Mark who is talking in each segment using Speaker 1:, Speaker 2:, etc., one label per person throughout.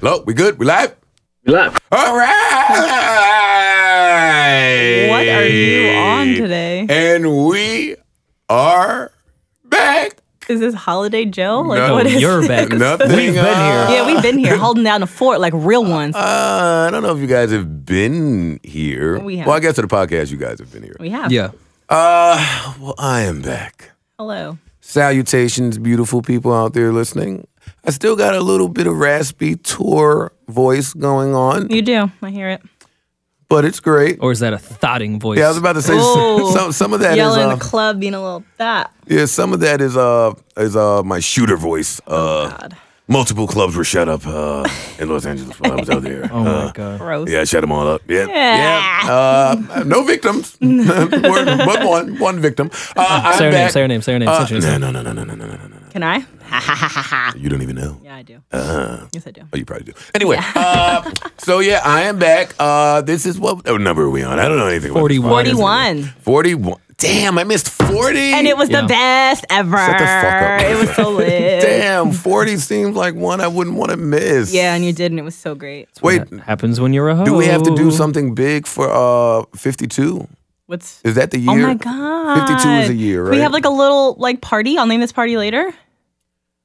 Speaker 1: Hello, we good? We live?
Speaker 2: Look,
Speaker 1: All right.
Speaker 3: What are you on today?
Speaker 1: And we are back.
Speaker 3: Is this holiday Joe? Like
Speaker 1: No,
Speaker 3: what is
Speaker 4: you're
Speaker 3: this?
Speaker 4: back.
Speaker 1: Nothing.
Speaker 4: We've been
Speaker 1: uh,
Speaker 4: here.
Speaker 3: Yeah, we've been here holding down a fort like real ones.
Speaker 1: Uh, I don't know if you guys have been here.
Speaker 3: We have.
Speaker 1: Well, I guess to the podcast, you guys have been here.
Speaker 3: we have.
Speaker 4: Yeah.
Speaker 1: Uh, well, I am back.
Speaker 3: Hello.
Speaker 1: Salutations, beautiful people out there listening. I still got a little bit of raspy tour voice going on,
Speaker 3: You do. I hear it.
Speaker 1: but it's great.
Speaker 4: Or is that a thotting voice?
Speaker 1: Yeah, I was about to say
Speaker 3: Oh.
Speaker 1: some, some of that is
Speaker 3: Yelling in
Speaker 1: uh,
Speaker 3: the club, being a little that.
Speaker 1: yeah, some of that is uh is uh my shooter voice. Uh,
Speaker 3: Oh, God.
Speaker 1: multiple clubs were shut up uh, in Los Angeles while I was out there.
Speaker 4: oh
Speaker 1: Uh,
Speaker 4: my god.
Speaker 3: Gross.
Speaker 1: yeah, I shut them all up. Yeah,
Speaker 3: Yeah.
Speaker 1: Uh, no victims, but one one victim. Uh, I'm
Speaker 4: Say her name,
Speaker 1: back.
Speaker 4: say her name, say her name.
Speaker 1: Uh,
Speaker 4: say her
Speaker 1: no, no, no,
Speaker 4: name.
Speaker 1: no, no, no, no, no, no, no.
Speaker 3: Can I? Ha ha ha ha ha.
Speaker 1: You don't even know.
Speaker 3: Yeah, I do.
Speaker 1: Uh,
Speaker 3: Yes, I do.
Speaker 1: Oh, you probably do. Anyway, uh, so yeah, I am back. Uh, this is what oh, number are we on? I don't know anything. about this
Speaker 4: 41.
Speaker 1: podcast anymore.
Speaker 3: 41.
Speaker 1: 41. Damn, I missed 40.
Speaker 3: And it was
Speaker 4: Yeah.
Speaker 3: the best ever.
Speaker 1: Shut the fuck up.
Speaker 3: It was so lit.
Speaker 1: Damn, 40 seems like one I wouldn't want to miss.
Speaker 3: Yeah, and you did, and it was so great.
Speaker 1: Wait,
Speaker 4: That happens when you're a hoe.
Speaker 1: do we have to
Speaker 4: Oh.
Speaker 1: do something big for uh 52?
Speaker 3: What's
Speaker 1: Is that the year?
Speaker 3: Oh my god.
Speaker 1: 52 is a year,
Speaker 3: Can
Speaker 1: right?
Speaker 3: We have like a little like party. I'll name this party later.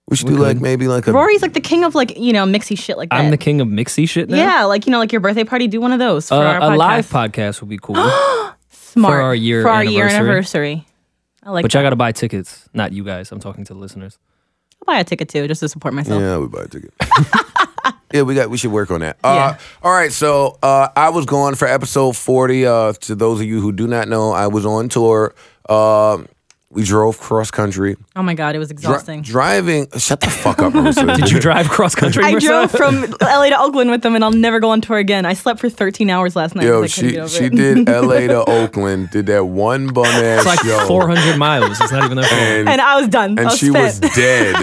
Speaker 1: We should do like maybe like a
Speaker 3: Rory's like the king of like, you know, mixy shit like that.
Speaker 4: I'm the king of mixy shit now.
Speaker 3: Yeah, like you know, like your birthday party. Do one of those for
Speaker 4: Uh,
Speaker 3: our
Speaker 4: a
Speaker 3: podcast.
Speaker 4: live podcast would be cool,
Speaker 3: Smart
Speaker 4: for our year
Speaker 3: for our year
Speaker 4: anniversary.
Speaker 3: anniversary. I like.
Speaker 4: but
Speaker 3: that.
Speaker 4: y'all gotta buy tickets. Not you guys. I'm talking to the listeners.
Speaker 3: I'll buy a ticket too, just to support myself.
Speaker 1: Yeah, we buy a ticket. yeah, we got. We should work on that. Uh,
Speaker 3: Yeah.
Speaker 1: All right, so uh, I was gone for episode forty. Uh, to those of you who do not know, I was on tour. Um we drove cross country.
Speaker 3: Oh my god, it was
Speaker 1: Dri-
Speaker 3: exhausting.
Speaker 1: driving. Shut the fuck up, Marissa.
Speaker 4: Did you drive cross country?
Speaker 3: I drove
Speaker 4: yourself?
Speaker 3: from LA to Oakland with them, and I'll never go on tour again. I slept for 13 hours last night.
Speaker 1: Yo,
Speaker 3: because I couldn't get
Speaker 1: she
Speaker 3: over
Speaker 1: she
Speaker 3: it.
Speaker 1: did L.A. to Oakland. Did that one bum ass
Speaker 4: It's like
Speaker 1: show.
Speaker 4: 400 miles. It's not even that far.
Speaker 3: and I was done. I
Speaker 1: and
Speaker 3: was
Speaker 1: she
Speaker 3: spent.
Speaker 1: was dead.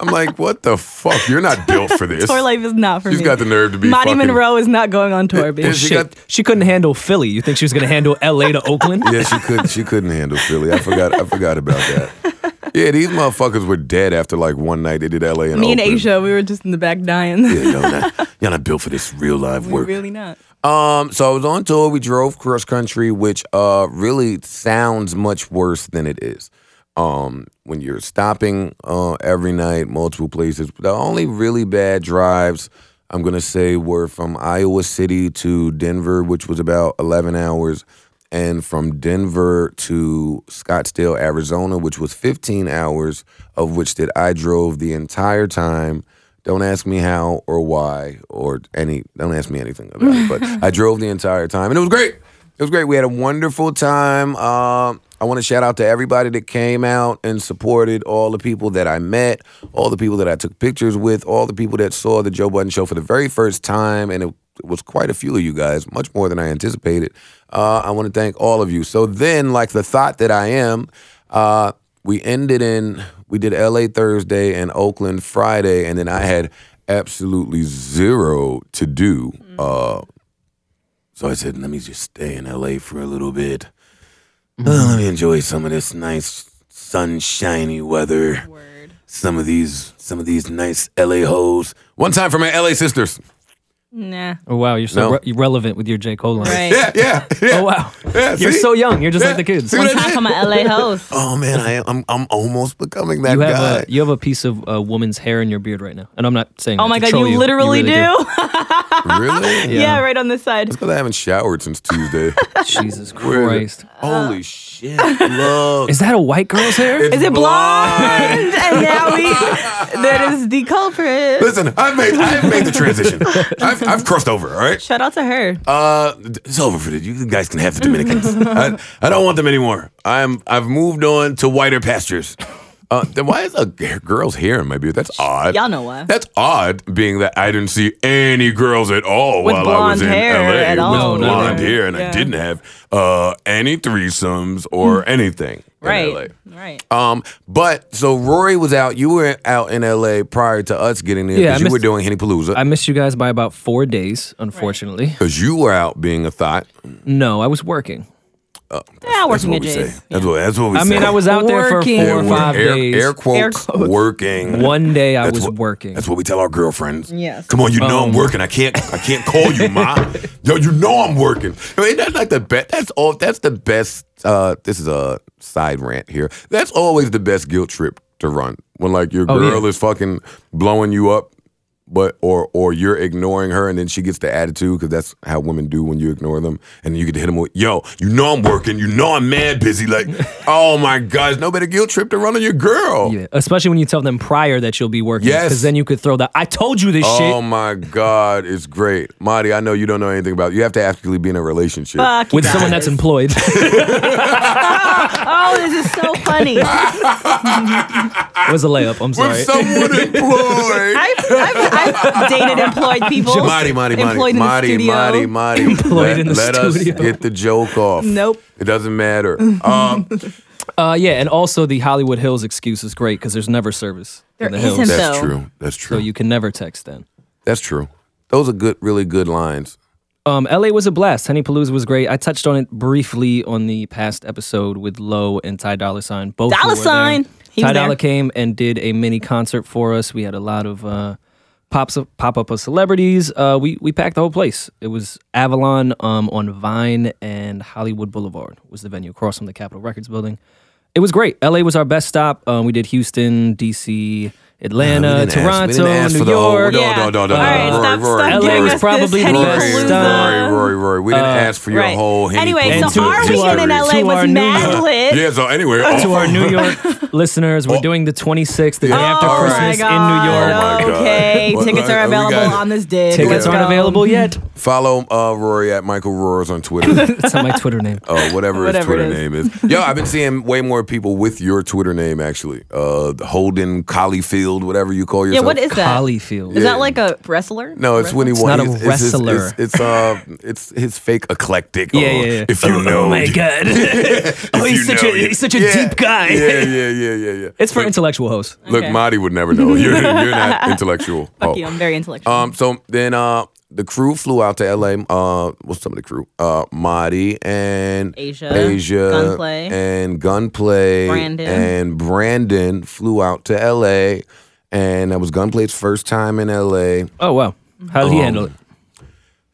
Speaker 1: I'm like, what the fuck? You're not built for this.
Speaker 3: tour life is not for
Speaker 1: She's
Speaker 3: me.
Speaker 1: got the nerve to be
Speaker 3: Monty
Speaker 1: fucking-
Speaker 3: Monroe is not going on tour,
Speaker 1: Is
Speaker 3: bitch.
Speaker 1: she
Speaker 4: Shit.
Speaker 1: got-
Speaker 4: She couldn't handle Philly. You think she was gonna handle LA to Oakland?
Speaker 1: Yeah, she could. She couldn't handle Philly. I forgot. I forgot about that. Yeah, these motherfuckers were dead after like one night. They did L.A. and
Speaker 3: Me and
Speaker 1: Oakland.
Speaker 3: Asia, we were just in the back dying.
Speaker 1: Yeah, y'all not, y'all not built for this real live
Speaker 3: We're
Speaker 1: work.
Speaker 3: really not.
Speaker 1: Um, so I was on tour. We drove cross country, which uh really sounds much worse than it is. Um, when you're stopping uh every night, multiple places. The only really bad drives I'm gonna say were from Iowa City to Denver, which was about 11 hours, and from Denver to Scottsdale, Arizona, which was 15 hours, of which that I drove the entire time. Don't ask me how or why or any. Don't ask me anything about it. But I drove the entire time, and it was great. It was great. We had a wonderful time. Um, I want to shout out to everybody that came out and supported all the people that I met, all the people that I took pictures with, all the people that saw the Joe Budden show for the very first time, and it was quite a few of you guys, much more than I anticipated. Uh, I want to thank all of you. So then, like the thought that I am, uh, we ended in we did LA Thursday and Oakland Friday, and then I had absolutely zero to do. Uh, so I said, let me just stay in LA for a little bit. Uh, let me enjoy some of this nice sunshiny weather.
Speaker 3: Word.
Speaker 1: Some of these, some of these nice LA hoes. One time for my LA sisters.
Speaker 3: Nah.
Speaker 4: Oh wow, you're so
Speaker 1: No.
Speaker 4: re- relevant with your J Cole line.
Speaker 3: Right.
Speaker 1: Yeah, yeah, yeah.
Speaker 4: Oh wow,
Speaker 1: Yeah,
Speaker 4: you're
Speaker 1: see?
Speaker 4: so young. You're just like the kids.
Speaker 1: See what
Speaker 3: One
Speaker 1: I
Speaker 3: time
Speaker 1: did?
Speaker 3: for my LA host.
Speaker 1: Oh man, I, I'm I'm almost becoming that
Speaker 4: You have
Speaker 1: guy.
Speaker 4: a you have a piece of a woman's hair in your beard right now, and I'm not saying.
Speaker 3: Oh
Speaker 4: that
Speaker 3: my
Speaker 4: to
Speaker 3: god,
Speaker 4: troll
Speaker 3: you literally
Speaker 4: really
Speaker 3: do.
Speaker 1: really?
Speaker 3: Yeah. right on this side.
Speaker 1: Because I haven't showered since Tuesday.
Speaker 4: Jesus
Speaker 1: Weird.
Speaker 4: Christ,
Speaker 1: Holy shit! Look,
Speaker 4: is that a white girl's hair?
Speaker 3: Is it blonde? and now we that is the culprit.
Speaker 1: Listen, I've made I've made the transition. I've, I've crossed over. All right.
Speaker 3: Shout out to her.
Speaker 1: Uh, it's over for the you guys can have the Dominicans. I, I don't want them anymore. I'm I've moved on to whiter pastures. Uh, then why is a g- girl's hair in my beard? That's odd.
Speaker 3: Y'all know why.
Speaker 1: That's odd, being that I didn't see any girls at all
Speaker 3: With
Speaker 1: while I was in
Speaker 3: blonde hair
Speaker 1: LA
Speaker 3: at all.
Speaker 1: with
Speaker 4: No,
Speaker 1: blonde
Speaker 3: no.
Speaker 1: hair, and I
Speaker 3: Yeah. Hmm.
Speaker 1: didn't have uh, any threesomes or anything in LA.
Speaker 3: Right. Right.
Speaker 1: Um, but so Rory was out. You were out in LA prior to us getting there
Speaker 4: Yeah, I
Speaker 1: because you were
Speaker 4: missed-
Speaker 1: doing Henny
Speaker 4: I
Speaker 1: Palooza.
Speaker 4: missed you guys by about four days, unfortunately.
Speaker 1: Because you were out being a thought.
Speaker 4: No, I was working.
Speaker 1: Uh,
Speaker 5: Yeah, working
Speaker 1: what
Speaker 5: at
Speaker 1: we say.
Speaker 5: J's.
Speaker 1: That's what that's what we
Speaker 4: I mean,
Speaker 1: say.
Speaker 4: I was out there for
Speaker 5: Working.
Speaker 4: four or
Speaker 1: we're-
Speaker 4: five
Speaker 1: air,
Speaker 4: days.
Speaker 1: Air quotes,
Speaker 5: Air quotes.
Speaker 1: working.
Speaker 4: One day I
Speaker 1: That's
Speaker 4: was
Speaker 1: what-
Speaker 4: working.
Speaker 1: That's what we tell our girlfriends.
Speaker 5: Yes.
Speaker 1: Come on, you know I'm
Speaker 4: Boom.
Speaker 1: working. I can't I can't call you, ma. Yo, you know I'm working. I mean, that's like the best. That's all. That's the best. Uh, this is a side rant here. That's always the best guilt trip to run when like your
Speaker 4: Oh, yeah.
Speaker 1: girl is fucking blowing you up. But or or you're ignoring her and then she gets the attitude because that's how women do when you ignore them and you could hit them with yo you know I'm working you know I'm mad busy like oh my gosh no better guilt trip to run on your girl
Speaker 4: Yeah, especially when you tell them prior that you'll be working.
Speaker 1: Yes.
Speaker 4: Because then you could throw that. I told you this
Speaker 1: Oh
Speaker 4: shit
Speaker 1: my God, it's great. Marty, I know you don't know anything about You have to actually be in a relationship.
Speaker 5: Fuck
Speaker 4: with
Speaker 5: you
Speaker 4: someone
Speaker 5: guys.
Speaker 4: that's employed.
Speaker 5: Oh, this is so funny. I've,
Speaker 4: it was a layup. I'm sorry.
Speaker 1: With someone employed.
Speaker 5: I've, I've dated employed people.
Speaker 1: Marty, Marty,
Speaker 5: employed
Speaker 1: Marty,
Speaker 5: in the
Speaker 1: Marty,
Speaker 5: studio.
Speaker 1: Marty, Marty.
Speaker 4: Employed
Speaker 1: let
Speaker 4: in the
Speaker 1: let us
Speaker 4: studio.
Speaker 1: get the joke off.
Speaker 5: Nope.
Speaker 1: It doesn't matter. Um,
Speaker 4: uh, yeah, and also the Hollywood Hills excuse is great because there's never service
Speaker 5: There
Speaker 4: in the hills.
Speaker 5: isn't.
Speaker 1: that's
Speaker 5: So-
Speaker 1: true. That's
Speaker 4: So
Speaker 1: true.
Speaker 4: you can never text then.
Speaker 1: That's true. Those are good, really good lines.
Speaker 4: Um, LA was a blast. Henny Palooza was great. I touched on it briefly on the past episode with Lowe and Ty Dolla Sign. Both
Speaker 5: Dollar
Speaker 4: were there.
Speaker 5: sign. He
Speaker 4: Ty
Speaker 5: was there.
Speaker 4: Dolla came and did a mini concert for us. We had a lot of uh, pops pop up of celebrities. Uh, we we packed the whole place. It was Avalon um, on Vine and Hollywood Boulevard was the venue across from the Capitol Records building. It was great. LA was our best stop. Um, we did Houston, DC, Atlanta,
Speaker 1: didn't ask- Uh, we didn't
Speaker 4: Toronto,
Speaker 1: ask for
Speaker 4: New
Speaker 1: the whole-
Speaker 4: York.
Speaker 1: No,
Speaker 5: yeah.
Speaker 1: no, no, no,
Speaker 5: All right,
Speaker 4: no, no.
Speaker 5: stop,
Speaker 1: Rory,
Speaker 5: stop
Speaker 1: Rory,
Speaker 5: giving
Speaker 1: Rory.
Speaker 5: us
Speaker 4: It's probably
Speaker 5: this
Speaker 4: the
Speaker 5: Henny
Speaker 4: best
Speaker 1: Rory,
Speaker 5: Palooza.
Speaker 1: Rory, Rory, Rory. We didn't
Speaker 4: Uh,
Speaker 1: ask for your
Speaker 5: right.
Speaker 1: whole Henny
Speaker 5: Anyway,
Speaker 1: Palooza
Speaker 5: so our
Speaker 1: history.
Speaker 5: weekend in LA
Speaker 4: To our
Speaker 5: was
Speaker 4: new-
Speaker 5: mad lit.
Speaker 1: Yeah, so anyway.
Speaker 4: to
Speaker 1: oh,
Speaker 4: our New York listeners, we're doing the 26th, the day after
Speaker 1: Oh my
Speaker 4: Christmas in
Speaker 5: God,
Speaker 4: New York.
Speaker 1: Oh my God.
Speaker 5: Okay,
Speaker 1: What-
Speaker 5: tickets
Speaker 1: what-
Speaker 5: are
Speaker 1: we got
Speaker 5: available
Speaker 1: it.
Speaker 5: on this day.
Speaker 4: Tickets aren't available yet.
Speaker 1: Follow uh, Rory at Michael Roars on Twitter.
Speaker 4: That's not my Twitter name.
Speaker 1: Oh, whatever, his
Speaker 5: Whatever it
Speaker 1: Twitter
Speaker 5: is.
Speaker 1: name is. Yo, I've been seeing way more people with your Twitter name actually. Uh, Holden Collyfield, whatever you call
Speaker 5: Yeah,
Speaker 1: yourself.
Speaker 5: what is that? Is
Speaker 4: Collyfield.
Speaker 1: Yeah.
Speaker 5: that like a wrestler?
Speaker 1: No, it's when he
Speaker 4: not
Speaker 1: won.
Speaker 4: a
Speaker 1: he's- it's his-
Speaker 4: wrestler.
Speaker 1: It's, it's, uh, it's his fake eclectic.
Speaker 4: Yeah,
Speaker 1: or
Speaker 4: yeah, yeah.
Speaker 1: If you know,
Speaker 4: Oh my god. oh,
Speaker 1: if
Speaker 4: he's
Speaker 1: you
Speaker 4: such
Speaker 1: know,
Speaker 4: a
Speaker 1: you-
Speaker 4: he's such a
Speaker 1: Yeah,
Speaker 4: deep guy.
Speaker 1: Yeah, yeah, yeah, yeah, yeah.
Speaker 4: It's for intellectual hosts.
Speaker 1: Look,
Speaker 5: Okay.
Speaker 1: Marty would never know. You're, you're not intellectual.
Speaker 5: Fuck
Speaker 1: Oh.
Speaker 5: you, I'm very intellectual.
Speaker 1: Um. So then, uh, the crew flew out to L.A. Uh, what's some of the crew? Uh, Marty and
Speaker 5: Asia,
Speaker 1: Asia,
Speaker 5: Gunplay.
Speaker 1: and Gunplay,
Speaker 5: Brandon.
Speaker 1: and Brandon flew out to L.A. And that was Gunplay's first time in L.A.
Speaker 4: Oh wow. How did he handle it?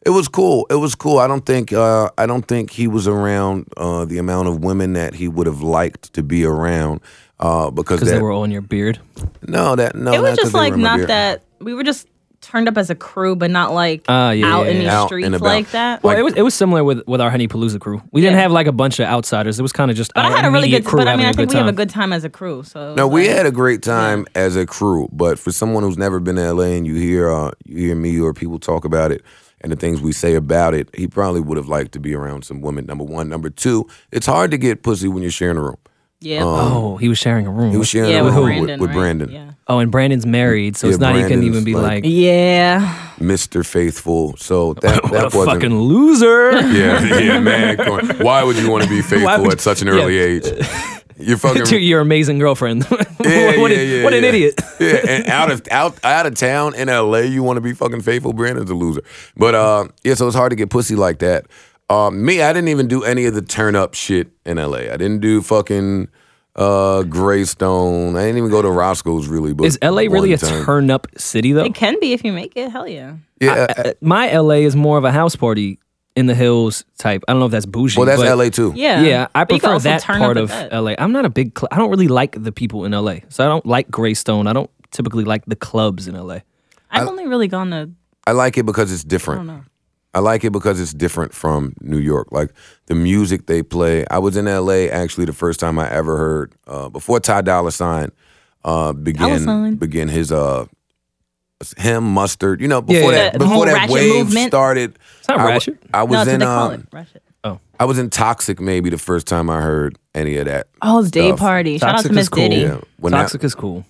Speaker 1: It was cool. It was cool. I don't think uh, I don't think he was around uh, the amount of women that he would have liked to be around uh, because
Speaker 4: Because
Speaker 1: that,
Speaker 4: they were all in your beard.
Speaker 1: no that no
Speaker 5: it
Speaker 1: not
Speaker 5: was
Speaker 1: 'cause
Speaker 5: just
Speaker 1: they were
Speaker 5: like
Speaker 1: in my
Speaker 5: not
Speaker 1: beard.
Speaker 5: that we were just turned up as a crew, but not like
Speaker 4: Ah, yeah,
Speaker 5: out
Speaker 4: yeah,
Speaker 5: in
Speaker 4: yeah.
Speaker 5: the
Speaker 1: Out and
Speaker 5: streets
Speaker 1: about.
Speaker 5: like that.
Speaker 4: Well, it was it was similar with, with our Honey Palooza crew. We didn't
Speaker 5: Yeah.
Speaker 4: have like a bunch of outsiders. It was kind of just.
Speaker 5: but I
Speaker 4: our
Speaker 5: had a really
Speaker 4: immediate
Speaker 5: good.
Speaker 4: crew
Speaker 5: But I
Speaker 4: having
Speaker 5: mean, I
Speaker 4: a
Speaker 5: think
Speaker 4: good
Speaker 5: we have a
Speaker 4: time.
Speaker 5: good time as a crew. So
Speaker 1: No, we had a great time as a crew, but for someone who's never been to LA and you hear uh, you hear me or people talk about it and the things we say about it, he probably would have liked to be around some women. Number one, number two, it's hard to get pussy when you're sharing a room.
Speaker 5: yeah,
Speaker 4: Oh, he was sharing a room.
Speaker 1: He was sharing
Speaker 5: yeah,
Speaker 1: a
Speaker 5: with
Speaker 1: room
Speaker 5: Brandon,
Speaker 1: with, with
Speaker 5: right?
Speaker 1: Brandon,
Speaker 5: Yeah.
Speaker 4: oh, and Brandon's married, so it's
Speaker 1: Yeah,
Speaker 4: not he couldn't
Speaker 1: Brandon's
Speaker 4: even be
Speaker 1: like-
Speaker 4: like,
Speaker 5: Yeah,
Speaker 1: Mr. Faithful. So that
Speaker 4: what
Speaker 1: that
Speaker 4: a
Speaker 1: wasn't.
Speaker 4: fucking loser.
Speaker 1: yeah, yeah, man. come on. Why would you want to be faithful
Speaker 4: would-
Speaker 1: at such an early
Speaker 4: yeah.
Speaker 1: age? You're fucking
Speaker 4: to your amazing girlfriend. what
Speaker 1: Yeah,
Speaker 4: what
Speaker 1: yeah,
Speaker 4: an-
Speaker 1: yeah,
Speaker 4: what an
Speaker 1: yeah.
Speaker 4: idiot.
Speaker 1: Yeah, and out of out out of town in LA, you want to be fucking faithful. Brandon's a loser, but uh, yeah, so it's hard to get pussy like that. Um, me, I didn't even do any of the turn up shit in LA. I didn't do fucking uh Greystone. I didn't even go to Roscoe's really. But
Speaker 4: Is LA really
Speaker 1: one
Speaker 4: a
Speaker 1: time.
Speaker 4: turn up city though?
Speaker 5: it can be if you make it. Hell yeah.
Speaker 1: Yeah, uh,
Speaker 4: Uh, My LA is more of a house party in the hills type. I don't know if that's bougie.
Speaker 1: well, that's
Speaker 4: but
Speaker 1: LA too.
Speaker 5: Yeah,
Speaker 4: Yeah, I
Speaker 5: But you can
Speaker 4: prefer
Speaker 5: also
Speaker 4: that
Speaker 5: turn
Speaker 4: part
Speaker 5: up at
Speaker 4: of
Speaker 5: that.
Speaker 4: uh, LA. I'm not a big. Cl- I don't really like the people in LA, so I don't like Greystone. I don't typically like the clubs in LA.
Speaker 5: I've only really gone to.
Speaker 1: I like it because it's different. I, like it because it's different from New York. Like the music they play. I was in LA actually the first time I ever heard uh, before Ty Dolla Sign uh, began
Speaker 5: Sign.
Speaker 1: began his uh him mustard. You know before
Speaker 4: yeah.
Speaker 1: that
Speaker 5: The- the
Speaker 1: before
Speaker 5: whole
Speaker 1: that
Speaker 5: ratchet
Speaker 1: wave
Speaker 5: movement.
Speaker 1: started.
Speaker 4: It's not
Speaker 1: I wa-
Speaker 4: ratchet.
Speaker 1: I
Speaker 5: No,
Speaker 1: was
Speaker 5: that's what
Speaker 1: in
Speaker 5: they call
Speaker 1: um,
Speaker 5: it. Ratchet.
Speaker 1: I was in Toxic maybe the first time I heard any of that.
Speaker 5: Oh, it's day
Speaker 1: stuff.
Speaker 5: party. Shout out
Speaker 4: Toxic
Speaker 5: to
Speaker 4: is
Speaker 5: Miss
Speaker 4: cool.
Speaker 5: Diddy.
Speaker 1: Yeah, when I-
Speaker 4: Toxic is cool.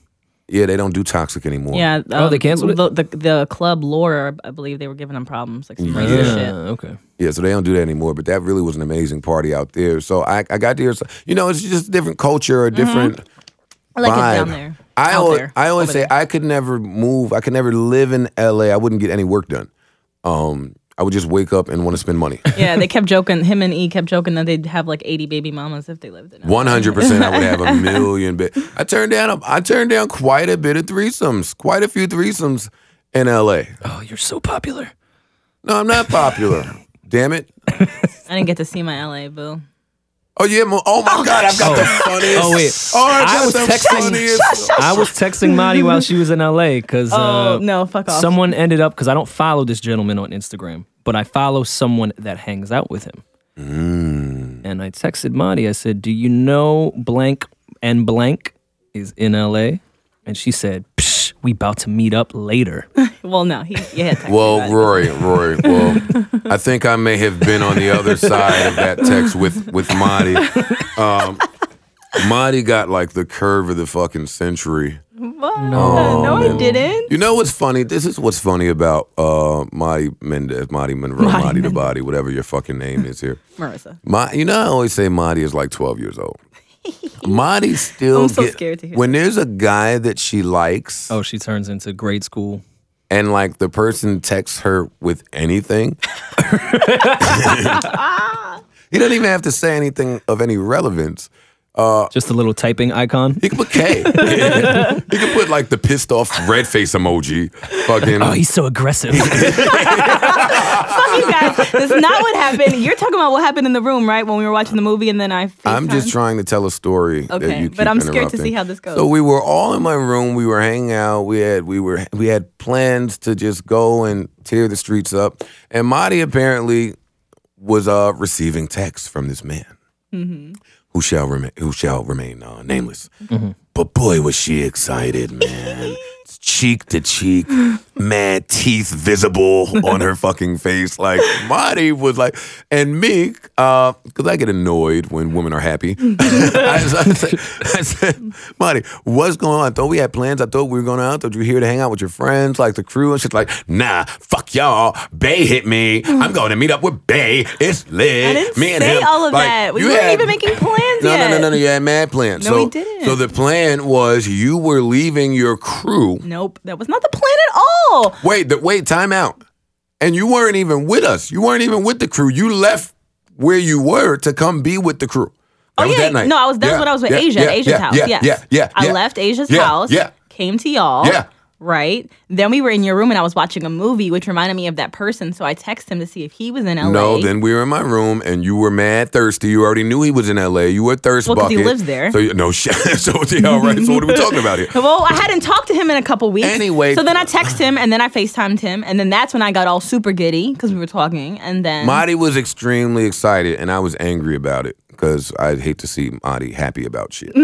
Speaker 1: yeah, they don't do Toxic anymore.
Speaker 5: Yeah.
Speaker 4: Oh, they
Speaker 5: um,
Speaker 4: canceled it?
Speaker 5: The, the, the club lore, I believe they were giving them problems, like some
Speaker 4: Uh,
Speaker 5: racist shit.
Speaker 4: okay.
Speaker 1: Yeah, so they don't do that anymore. But that really was an amazing party out there. So I, I got there. So, you know, it's just a different culture,
Speaker 5: Mm-hmm.
Speaker 1: a different
Speaker 5: I like it down
Speaker 1: vibe.
Speaker 5: there.
Speaker 1: I
Speaker 5: Out
Speaker 1: always,
Speaker 5: there.
Speaker 1: I always
Speaker 5: Over
Speaker 1: say
Speaker 5: there.
Speaker 1: I could never move. I could never live in LA. I wouldn't get any work done. Um, I would just wake up and want to spend money.
Speaker 3: Yeah, they kept joking. Him and E kept joking that they'd have like 80 baby mamas if they lived in.
Speaker 1: One hundred percent, I would have a million bit. I turned down, I turned down quite a bit of threesomes, quite a few threesomes in L.A.
Speaker 4: Oh, you're so popular.
Speaker 1: No, I'm not popular. Damn it!
Speaker 3: I didn't get to see my LA boo.
Speaker 1: Oh yeah, mo- oh my God, I've got the funniest.
Speaker 4: Oh, wait.
Speaker 1: oh, I've
Speaker 4: I
Speaker 1: got
Speaker 4: was
Speaker 1: the
Speaker 4: texting-
Speaker 1: funniest-
Speaker 4: I was texting Marty while she was in LA because
Speaker 3: Oh
Speaker 4: uh,
Speaker 3: no, fuck off.
Speaker 4: someone ended up because I don't follow this gentleman on Instagram, but I follow someone that hangs out with him. And I texted Marty. I said, "Do you know blank and blank is in LA?" And she said, Psh, "We about to meet up later."
Speaker 3: well, no, he yeah. technically
Speaker 1: Well,
Speaker 3: right.
Speaker 1: Rory, Rory. Well, I think I may have been on the other side of that text with with Monty. Um, Monty got like the curve of the fucking century.
Speaker 3: What? no, I didn't.
Speaker 1: You know what's funny? This is what's funny about uh, Monty Mendez, Monty Monroe, Monty, the Body, whatever your fucking name is here.
Speaker 3: Marissa.
Speaker 1: My, you know, I always say Monty is like 12 years old. Monty still.
Speaker 3: I'm so
Speaker 1: get-
Speaker 3: scared to hear
Speaker 1: When there's a guy that she likes,
Speaker 4: oh, she turns into grade school.
Speaker 1: and like the person texts her with anything. he doesn't even have to say anything of any relevance.
Speaker 4: Just a little typing icon.
Speaker 1: He can put K. he can put like the pissed off red face emoji. Fucking.
Speaker 4: Oh, he's so aggressive.
Speaker 3: Fuck you guys. That's not what happened. You're talking about what happened in the room, right? When we were watching the movie, and then I.
Speaker 1: I'm just
Speaker 3: FaceTimed.
Speaker 1: trying to tell a story. that
Speaker 3: Okay,
Speaker 1: you
Speaker 3: but
Speaker 1: keep
Speaker 3: I'm scared to
Speaker 1: interrupting.
Speaker 3: see how this goes.
Speaker 1: So we were all in my room. We were hanging out. We had we were we had plans to just go and tear the streets up. And Marty apparently was uh, receiving texts from this man who shall remain who shall remain uh, nameless.
Speaker 3: Mm-hmm.
Speaker 1: But boy, was she excited, man. cheek to cheek, mad teeth visible on her fucking face. Like Marty was like, and me, because I get annoyed when women are happy. I, was- I said, I said, Marty, what's going on? I thought we had plans. I thought we were going out. I thought you were here to hang out with your friends, like the crew. And she's like, nah, fuck y'all. Bay hit me. I'm going to meet up with Bay. It's lit.
Speaker 3: Mm. I didn't
Speaker 1: me and
Speaker 3: say
Speaker 1: him.
Speaker 3: all of
Speaker 1: Like,
Speaker 3: that. We
Speaker 1: you
Speaker 3: weren't
Speaker 1: had-
Speaker 3: even making plans
Speaker 1: no,
Speaker 3: yet.
Speaker 1: no, no, no, no. You had mad plans.
Speaker 3: No,
Speaker 1: so,
Speaker 3: we didn't.
Speaker 1: So the plan was you were leaving your crew.
Speaker 3: Nope, that was not the plan at all.
Speaker 1: Wait, the, wait, time out. And you weren't even with us. You weren't even with the crew. You left where you were to come be with the crew. That
Speaker 3: Oh
Speaker 1: was
Speaker 3: yeah,
Speaker 1: that night.
Speaker 3: no, I was. That's
Speaker 1: Yeah,
Speaker 3: what I was with
Speaker 1: yeah,
Speaker 3: Asia,
Speaker 1: yeah,
Speaker 3: at Asia's
Speaker 1: yeah,
Speaker 3: house.
Speaker 1: Yeah,
Speaker 3: yes.
Speaker 1: yeah, yeah.
Speaker 3: I
Speaker 1: yeah.
Speaker 3: left Asia's
Speaker 1: Yeah,
Speaker 3: house.
Speaker 1: yeah.
Speaker 3: Came to y'all.
Speaker 1: Yeah.
Speaker 3: Right. Then we were in your room and I was watching a movie, which reminded me of that person. So I texted him to see if he was in LA.
Speaker 1: No, then we were in my room and you were mad thirsty. You already knew he was in LA. You were thirst
Speaker 3: Well, 'cause
Speaker 1: bucket.
Speaker 3: he lives there.
Speaker 1: So you- no shit. so yeah, all right. So what are we talking about here?
Speaker 3: Well, I hadn't talked to him in a couple weeks.
Speaker 1: Anyway.
Speaker 3: So then I texted him and then I FaceTimed him. And then that's when I got all super giddy because we were talking. And then.
Speaker 1: Marty was extremely excited, and I was angry about it because I hate to see Marty happy about shit.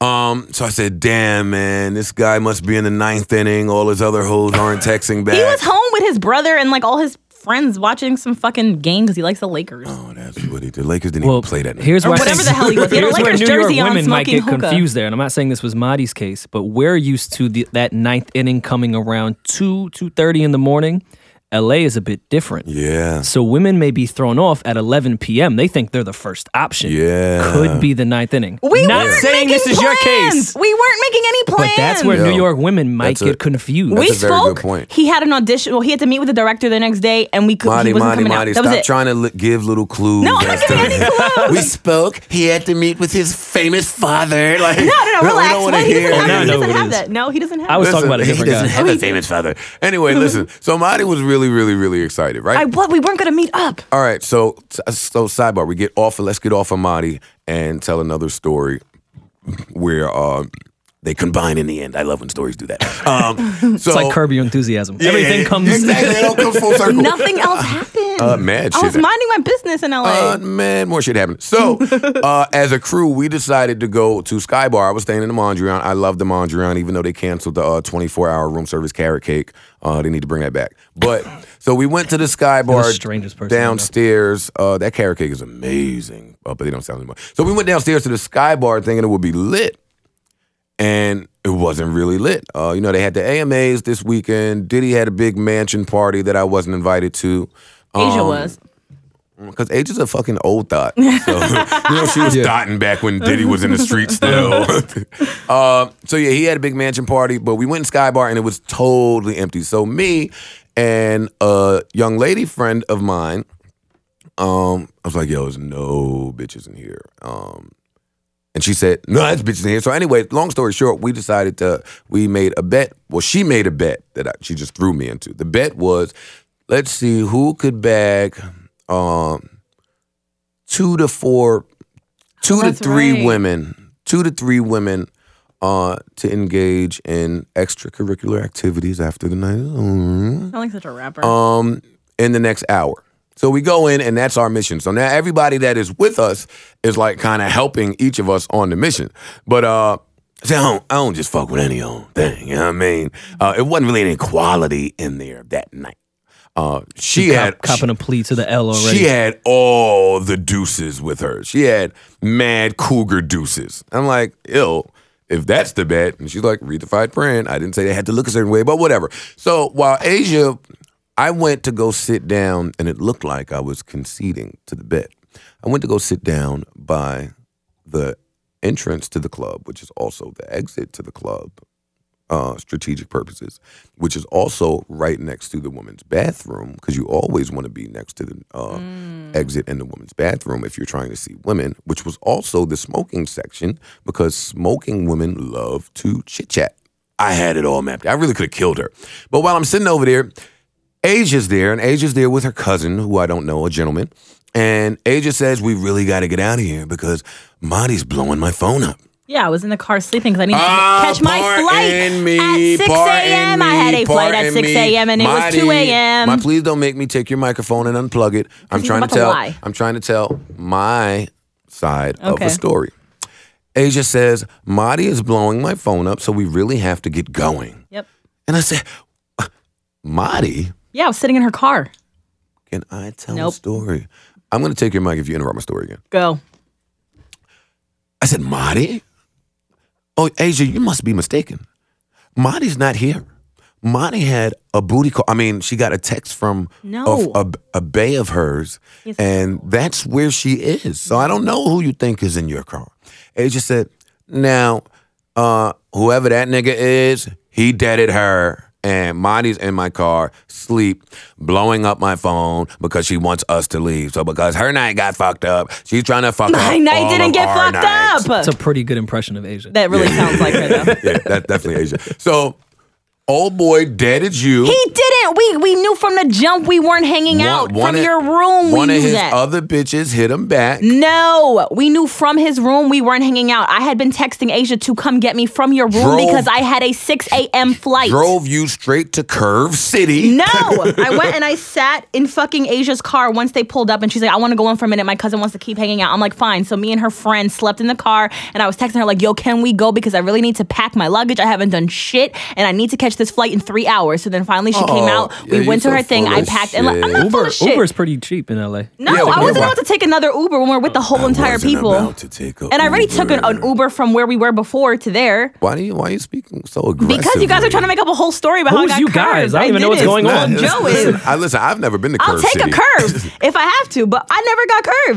Speaker 1: um, so I said, "Damn, man, this guy must be in the ninth inning. All his other hoes aren't texting back."
Speaker 3: he was home with his brother and like all his friends watching some fucking game because he likes the Lakers.
Speaker 1: oh, that's what he did. Lakers didn't
Speaker 4: Well,
Speaker 1: even play that night.
Speaker 4: Here's
Speaker 3: Or
Speaker 4: where I
Speaker 3: whatever
Speaker 4: think-
Speaker 3: the hell he was. He had a
Speaker 4: Here's where
Speaker 3: Lakers
Speaker 4: New York
Speaker 3: jersey on
Speaker 4: women might
Speaker 3: smoking
Speaker 4: get
Speaker 3: hookah.
Speaker 4: confused there, and I'm not saying this was Marty's case, but we're used to the, that ninth inning coming around two two thirty in the morning. LA is a bit different.
Speaker 1: yeah,
Speaker 4: So women may be thrown off at 11 p.m. They think they're the first option.
Speaker 1: Yeah.
Speaker 4: could be the ninth inning.
Speaker 3: We
Speaker 4: Not
Speaker 3: weren't
Speaker 4: saying
Speaker 3: making
Speaker 4: this is your
Speaker 3: plans.
Speaker 4: case,
Speaker 3: We weren't making any
Speaker 4: but
Speaker 3: plans.
Speaker 4: that's where
Speaker 1: Yo,
Speaker 4: New York women might
Speaker 1: that's a-
Speaker 4: get confused.
Speaker 3: we
Speaker 1: That's a very
Speaker 3: spoke.
Speaker 1: good point.
Speaker 3: He had an audition. Well, he had to meet with the director the next day, and we could.
Speaker 1: Marty,
Speaker 3: he wasn't
Speaker 1: Marty,
Speaker 3: coming
Speaker 1: Marty,
Speaker 3: out. That
Speaker 1: stop
Speaker 3: was it.
Speaker 1: trying to li- give little clues.
Speaker 3: No, I'm not
Speaker 1: as to-
Speaker 3: giving any clues.
Speaker 1: we spoke. He had to meet with his famous father. Like, no,
Speaker 3: no, no,
Speaker 1: We
Speaker 3: relax.
Speaker 1: don't
Speaker 3: Well,
Speaker 1: want to
Speaker 3: he
Speaker 1: hear.
Speaker 3: doesn't have,
Speaker 4: now I
Speaker 3: he
Speaker 4: know
Speaker 3: doesn't
Speaker 4: who it
Speaker 3: have
Speaker 4: is.
Speaker 3: that. No, he doesn't have.
Speaker 4: I was
Speaker 3: that.
Speaker 4: talking about a different
Speaker 1: he doesn't
Speaker 4: guy.
Speaker 1: have a famous father. Anyway, listen. So Marty was really, really, really excited, right?
Speaker 3: I what? We weren't going to meet up.
Speaker 1: All right, so so sidebar. We get off. Let's get off of Marty and tell another story where uh, they combine in the end. I love when stories do that. Um, so,
Speaker 4: It's like curb your enthusiasm.
Speaker 1: Yeah, yeah,
Speaker 4: Everything
Speaker 1: yeah,
Speaker 4: comes.
Speaker 1: exactly. They don't come full circle.
Speaker 3: Nothing else happened.
Speaker 1: Uh, mad
Speaker 3: I
Speaker 1: shit.
Speaker 3: was minding my business in LA.
Speaker 1: Uh, man, more shit happened. So, uh, as a crew, we decided to go to Skybar. I was staying in the Mondrian. I love the Mondrian, even though they canceled the uh, 24 hour room service carrot cake. Uh, they need to bring that back. But so we went to the
Speaker 4: You're the
Speaker 1: Skybar
Speaker 4: strangest person I know.
Speaker 1: downstairs. Uh, that carrot cake is amazing, uh, but they don't sound anymore. So we went downstairs to the Skybar thinking it would be lit and it wasn't really lit. Uh, you know, they had the AMAs this weekend. Diddy had a big mansion party that I wasn't invited to.
Speaker 3: Asia
Speaker 1: Um,
Speaker 3: was.
Speaker 1: because Age is a fucking old thought. So, you know, she was dotting back when Diddy was in the street still. Um, uh, so yeah, he had a big mansion party, but we went in Skybar and it was totally empty. So me and a young lady friend of mine. Um, I was like, "Yo, there's no bitches in here." Um, and she said, "No, that's bitches in here." So anyway, long story short, we decided to we made a bet. Well, she made a bet that I, she just threw me into. The bet was, let's see who could bag um, two to four, two to
Speaker 3: that's
Speaker 1: three
Speaker 3: right.
Speaker 1: women, two to three women uh, to engage in extracurricular activities after the night. Mm.
Speaker 3: Sound like such a rapper.
Speaker 1: Um, in the next hour. So we go in, and that's our mission. So now everybody that is with us is like kind of helping each of us on the mission. But uh, see, I don't, I don't just fuck with any old thing. You know what I mean? Uh, it wasn't really any quality in there that night. Uh, she had
Speaker 4: Cop, copping a plea to the L already.
Speaker 1: she had all the deuces with her. She had mad cougar deuces. I'm like, ill. If that's the bet, and she's like, read the fine print. I didn't say they had to look a certain way, but whatever. So while Asia, I went to go sit down, and it looked like I was conceding to the bet. I went to go sit down by the entrance to the club, which is also the exit to the club, uh, strategic purposes, which is also right next to the women's bathroom because you always want to be next to the uh, exit and the women's bathroom if you're trying to see women, which was also the smoking section because smoking women love to chit chat. I had it all mapped. I really could have killed her. But while I'm sitting over there, Asia's there, and Asia's there with her cousin, who I don't know, a gentleman. And Asia says, We really got to get out of here because Marty's blowing my phone up.
Speaker 3: yeah, I was in the car sleeping because I needed
Speaker 1: Ah,
Speaker 3: to catch my
Speaker 1: pardon
Speaker 3: flight
Speaker 1: me,
Speaker 3: at 6
Speaker 1: pardon
Speaker 3: a.m. I had
Speaker 1: me,
Speaker 3: a flight
Speaker 1: pardon
Speaker 3: at 6
Speaker 1: me.
Speaker 3: a.m. and it was
Speaker 1: Marty,
Speaker 3: 2 a.m.
Speaker 1: My, please don't make me take your microphone and unplug it. I'm
Speaker 3: he's
Speaker 1: trying to
Speaker 3: about to
Speaker 1: tell.
Speaker 3: lie.
Speaker 1: I'm trying to tell my side of the
Speaker 3: Okay.
Speaker 1: story. Asia says Marty is blowing my phone up, so we really have to get going.
Speaker 3: Yep.
Speaker 1: And I said, "Uh, Marty,
Speaker 3: Yeah, I was sitting in her car.
Speaker 1: can I tell
Speaker 3: Nope.
Speaker 1: a story? I'm going to take your mic if you interrupt my story again.
Speaker 3: Go.
Speaker 1: I said, Marty? Oh, Asia, you must be mistaken. Marty's not here. Marty had a booty call. I mean, she got a text from
Speaker 3: No.
Speaker 1: a, a, a bay of hers, and that's where she is. So I don't know who you think is in your car. Asia said, Now, uh, whoever that nigga is, he deaded her. And Marty's in my car, sleep, blowing up my phone because she wants us to leave. So because her night got fucked up, she's trying to fuck up.
Speaker 3: My night
Speaker 1: all
Speaker 3: didn't
Speaker 1: of
Speaker 3: get
Speaker 1: our
Speaker 3: fucked
Speaker 1: nights.
Speaker 3: up.
Speaker 4: That's a pretty good impression of Asia.
Speaker 3: that really sounds like her, though.
Speaker 1: yeah, that's definitely Asia. So, old boy, deaded you.
Speaker 3: He didn't. We we knew from the jump we weren't hanging
Speaker 1: One-
Speaker 3: out
Speaker 1: one
Speaker 3: from
Speaker 1: of-
Speaker 3: your
Speaker 1: One
Speaker 3: room. we
Speaker 1: of
Speaker 3: knew
Speaker 1: his
Speaker 3: that.
Speaker 1: other bitches hit him back.
Speaker 3: no, we knew from his room we weren't hanging out. I had been texting Asia to come get me from your room
Speaker 1: Drove-
Speaker 3: because I had a 6 a.m. flight.
Speaker 1: Drove you straight to Curve City.
Speaker 3: No, I went and I sat in fucking Asia's car once they pulled up, and she's like, "I want to go in for a minute. My cousin wants to keep hanging out." I'm like, "Fine." So me and her friend slept in the car, and I was texting her like, "Yo, can we go? Because I really need to pack my luggage. I haven't done shit, and I need to catch this flight in three hours." So then finally she
Speaker 1: Oh,
Speaker 3: came out.
Speaker 1: yeah,
Speaker 3: We
Speaker 1: you
Speaker 3: went to
Speaker 1: so
Speaker 3: her thing.
Speaker 1: full
Speaker 3: I
Speaker 1: of
Speaker 3: packed, and like, I'm
Speaker 1: shit.
Speaker 3: not full
Speaker 4: Uber
Speaker 3: of shit.
Speaker 4: Uber's pretty cheap in LA.
Speaker 3: No,
Speaker 1: Yeah,
Speaker 3: I
Speaker 1: we-
Speaker 3: wasn't
Speaker 1: yeah,
Speaker 3: about to take another Uber when we're with the whole entire
Speaker 1: wasn't
Speaker 3: people.
Speaker 1: about to take a
Speaker 3: and I already took an,
Speaker 1: Uber.
Speaker 3: an Uber from where we were before to there
Speaker 1: Why do you? Why are you speaking so aggressively?
Speaker 3: because you guys are trying to make up a whole story about how I
Speaker 4: Who's
Speaker 3: got
Speaker 4: you guys?
Speaker 3: curved.
Speaker 4: I don't even know what's
Speaker 3: didn't.
Speaker 4: going on.
Speaker 1: Listen,
Speaker 3: Joe is.
Speaker 1: listen, I listen. I've never been to Curve
Speaker 3: I'll take
Speaker 1: City.
Speaker 3: a curve if I have to, but I never got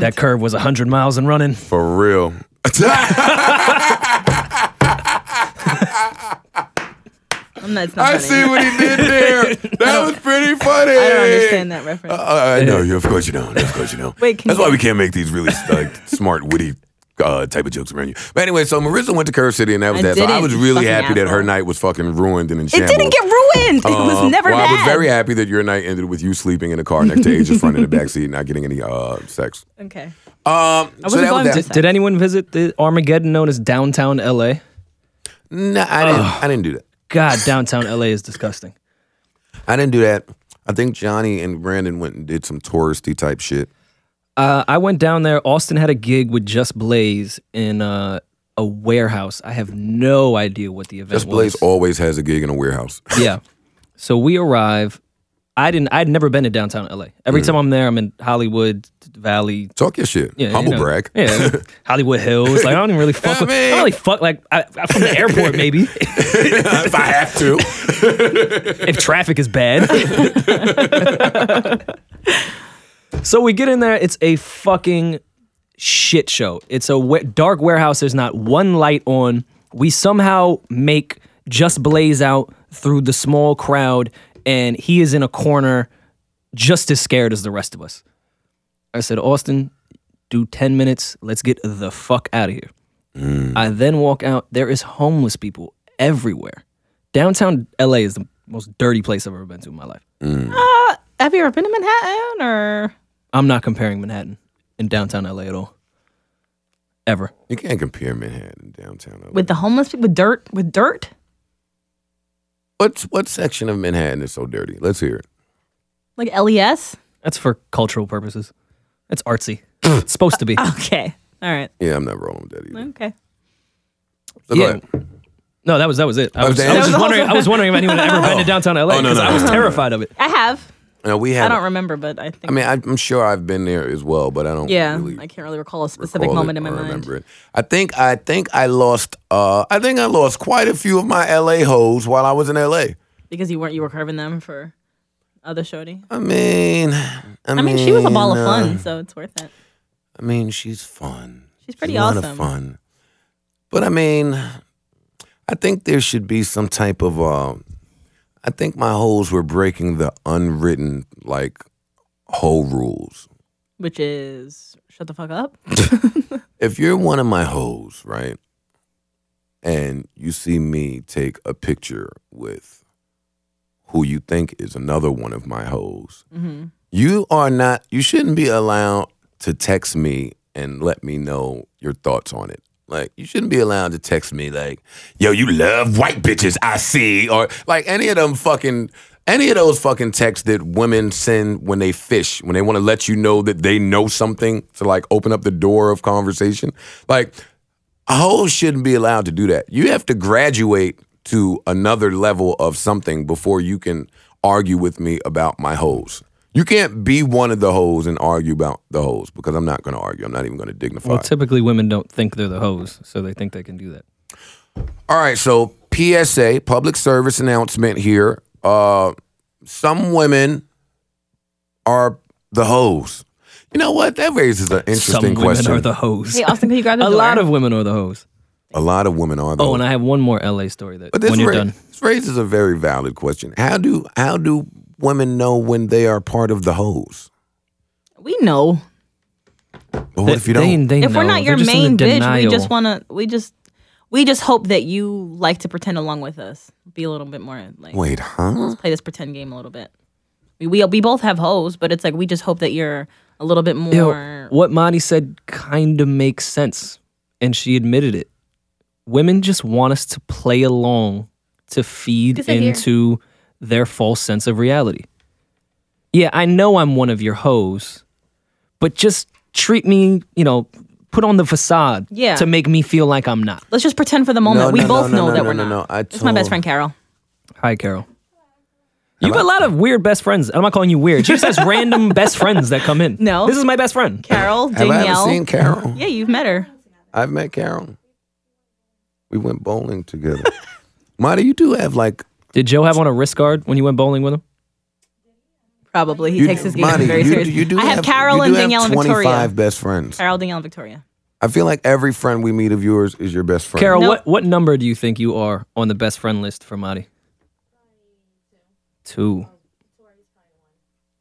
Speaker 4: That
Speaker 3: curved.
Speaker 4: curve was 100 miles and running.
Speaker 1: for real.
Speaker 3: I'm not, Oh, it's not
Speaker 1: I
Speaker 3: funny.
Speaker 1: see what he did there. That was pretty funny.
Speaker 3: I don't understand that reference.
Speaker 1: Uh, I know you. Of course you don't. Of course you don't.
Speaker 3: Wait, can
Speaker 1: that's
Speaker 3: you-
Speaker 1: why we can't make these really like smart, witty uh, type of jokes around you. But anyway, so Marissa went to Curve City, and that was
Speaker 3: I
Speaker 1: that. So I
Speaker 3: didn't,
Speaker 1: was
Speaker 3: you
Speaker 1: really
Speaker 3: fucking
Speaker 1: happy that her
Speaker 3: asshole.
Speaker 1: night was fucking ruined and in
Speaker 3: it
Speaker 1: shambles.
Speaker 3: didn't get ruined. It
Speaker 1: Uh,
Speaker 3: was never
Speaker 1: well,
Speaker 3: bad.
Speaker 1: I was very happy that your night ended with you sleeping in a car next to Asia's front in the back seat, not getting any uh, sex.
Speaker 3: okay.
Speaker 1: Um,
Speaker 3: I
Speaker 1: so
Speaker 3: wasn't
Speaker 1: that was
Speaker 3: going
Speaker 1: that.
Speaker 3: to
Speaker 4: Did, did anyone visit the Armageddon known as downtown LA?
Speaker 1: No, I didn't. I didn't do that.
Speaker 4: God, downtown LA is disgusting.
Speaker 1: I didn't do that. I think Johnny and Brandon went and did some touristy type shit.
Speaker 4: Uh, I went down there. Austin had a gig with Just Blaze in uh, a warehouse. I have no idea what the event
Speaker 1: Just
Speaker 4: was.
Speaker 1: Blaze always has a gig in a warehouse.
Speaker 4: yeah. So we arrive. I didn't. I'd never been to downtown LA. Every
Speaker 1: Mm.
Speaker 4: time I'm there, I'm in Hollywood Valley.
Speaker 1: Talk your shit.
Speaker 4: Yeah, you
Speaker 1: Humble
Speaker 4: know.
Speaker 1: brag.
Speaker 4: Yeah, Hollywood Hills. Like I don't even really
Speaker 1: I
Speaker 4: fuck. with, I don't
Speaker 1: mean-
Speaker 4: really fuck. Like I, I'm from the airport, maybe.
Speaker 1: if I have to.
Speaker 4: if traffic is bad. so we get in there. It's a fucking shit show. It's a wa- dark warehouse. There's not one light on. We somehow make just blaze out through the small crowd and he is in a corner just as scared as the rest of us. I said, Austin, do 10 minutes. Let's get the fuck out of here.
Speaker 1: Mm.
Speaker 4: I then walk out. There is homeless people everywhere. Downtown LA is the most dirty place I've ever been to in my life.
Speaker 3: Have you ever been to Manhattan or?
Speaker 4: I'm not comparing Manhattan and downtown LA at all. Ever.
Speaker 1: You can't compare Manhattan to downtown. LA.
Speaker 3: With the homeless people, with dirt, with dirt.
Speaker 1: What's what section of Manhattan is so dirty? Let's hear it.
Speaker 3: Like E LES?
Speaker 4: That's for cultural purposes. That's artsy. it's supposed to be.
Speaker 3: Okay. All right.
Speaker 1: Yeah, I'm not rolling with that either.
Speaker 3: Okay.
Speaker 1: So go
Speaker 4: yeah.
Speaker 1: ahead.
Speaker 4: No, that was that was it. I
Speaker 1: Oh,
Speaker 4: was,
Speaker 1: damn.
Speaker 4: I was
Speaker 1: That
Speaker 4: just
Speaker 1: was
Speaker 4: wondering. I was wondering if anyone had ever been to downtown LA
Speaker 1: Oh, no,
Speaker 4: 'cause
Speaker 1: no,
Speaker 4: I was
Speaker 1: no, no, no.
Speaker 4: terrified of it.
Speaker 3: I have.
Speaker 1: No, we
Speaker 3: I
Speaker 1: had.
Speaker 3: don't remember, but I think.
Speaker 1: I mean, I, I'm sure I've been there as well, but I don't.
Speaker 3: yeah.
Speaker 1: really
Speaker 3: I can't really recall a specific
Speaker 1: recall
Speaker 3: moment
Speaker 1: it
Speaker 3: in my
Speaker 1: or
Speaker 3: mind.
Speaker 1: Remember it. I think I think I lost. Uh, I think I lost quite a few of my LA hoes while I was in LA.
Speaker 3: Because you weren't, you were curving them for other shorty.
Speaker 1: I mean, I,
Speaker 3: I mean, she was a ball of
Speaker 1: uh,
Speaker 3: fun, so it's worth it.
Speaker 1: I mean, she's fun.
Speaker 3: She's pretty
Speaker 1: a lot of
Speaker 3: awesome.
Speaker 1: fun, but I mean, I think there should be some type of. Uh, I think my hoes were breaking the unwritten like hoe rules.
Speaker 3: Which is shut the fuck up.
Speaker 1: if you're one of my hoes, right, and you see me take a picture with who you think is another one of my hoes, you are not, you shouldn't be allowed to text me and let me know your thoughts on it. Like, you shouldn't be allowed to text me, like, yo, you love white bitches, I see, or like any of them fucking. Any of those fucking texts that women send when they fish, when they want to let you know that they know something to like open up the door of conversation. Like, hoes shouldn't be allowed to do that. You have to graduate to another level of something before you can argue with me about my hoes. You can't be one of the hoes and argue about the hoes because I'm not going to argue. I'm not even going to dignify.
Speaker 4: Well,
Speaker 1: it.
Speaker 4: typically women don't think they're the hoes, so they think they can do that.
Speaker 1: All right, so PSA, public service announcement here. Uh, some women are the hoes. You know what? That raises an
Speaker 4: Some
Speaker 1: interesting
Speaker 4: women
Speaker 1: question.
Speaker 4: are the hoes.
Speaker 3: Hey, Austin, can you grab the
Speaker 4: a
Speaker 3: door?
Speaker 4: lot of women are the hoes.
Speaker 1: a lot of women are the
Speaker 4: Oh,
Speaker 1: hoes.
Speaker 4: and I have one more LA story that
Speaker 1: But this,
Speaker 4: when you're
Speaker 1: ra-
Speaker 4: done.
Speaker 1: this raises a very valid question. How do how do women know when they are part of the hoes?
Speaker 3: We know.
Speaker 1: But what if you
Speaker 4: They-
Speaker 1: don't?
Speaker 4: they
Speaker 3: If we're
Speaker 4: know.
Speaker 3: not
Speaker 4: They're
Speaker 3: your
Speaker 4: just in the
Speaker 3: main bitch, we
Speaker 4: denial.
Speaker 3: just want to, we just, we just hope that you like to pretend along with us. Be a little bit more like,
Speaker 1: Wait, huh?
Speaker 3: play this pretend game a little bit. We, we, we both have hoes, but it's like, we just hope that you're a little bit more.
Speaker 4: Yo, what Monty said kind of makes sense, and she admitted it. Women just want us to play along to feed
Speaker 3: Just sit here.
Speaker 4: into their false sense of reality. Yeah, I know I'm one of your hoes, but just treat me, you know, put on the facade
Speaker 3: Yeah.
Speaker 4: to make me feel like I'm not.
Speaker 3: Let's just pretend for the moment.
Speaker 1: No,
Speaker 3: we
Speaker 1: no, no,
Speaker 3: both
Speaker 1: no,
Speaker 3: know
Speaker 1: no,
Speaker 3: that
Speaker 1: no,
Speaker 3: we're
Speaker 1: no,
Speaker 3: not.
Speaker 1: no. I
Speaker 3: It's my best
Speaker 1: told-
Speaker 3: friend, Carol.
Speaker 4: Hi, Carol. You have a lot of weird best friends. I'm not calling you weird. She just has random best friends that come in.
Speaker 3: No.
Speaker 4: This is my best friend.
Speaker 3: Carol,
Speaker 1: Have I
Speaker 3: Danielle.
Speaker 1: ever seen Carol?
Speaker 3: yeah, you've met her.
Speaker 1: I've met Carol. We went bowling together. Marty, you do have like
Speaker 4: Did Joe have on a wrist guard when you went bowling with him?
Speaker 3: Probably. He
Speaker 1: you,
Speaker 3: takes his game
Speaker 1: Marty,
Speaker 3: very
Speaker 1: you,
Speaker 3: seriously.
Speaker 1: You do
Speaker 3: I have Carol
Speaker 1: you
Speaker 3: and
Speaker 1: do
Speaker 3: Danielle
Speaker 1: have
Speaker 3: and Victoria.
Speaker 1: 25 best friends.
Speaker 3: Carol, Danielle, and Victoria.
Speaker 1: I feel like every friend we meet of yours is your best friend.
Speaker 4: Carol,
Speaker 3: Nope.
Speaker 4: what, what number do you think you are on the best friend list for Madi? Two.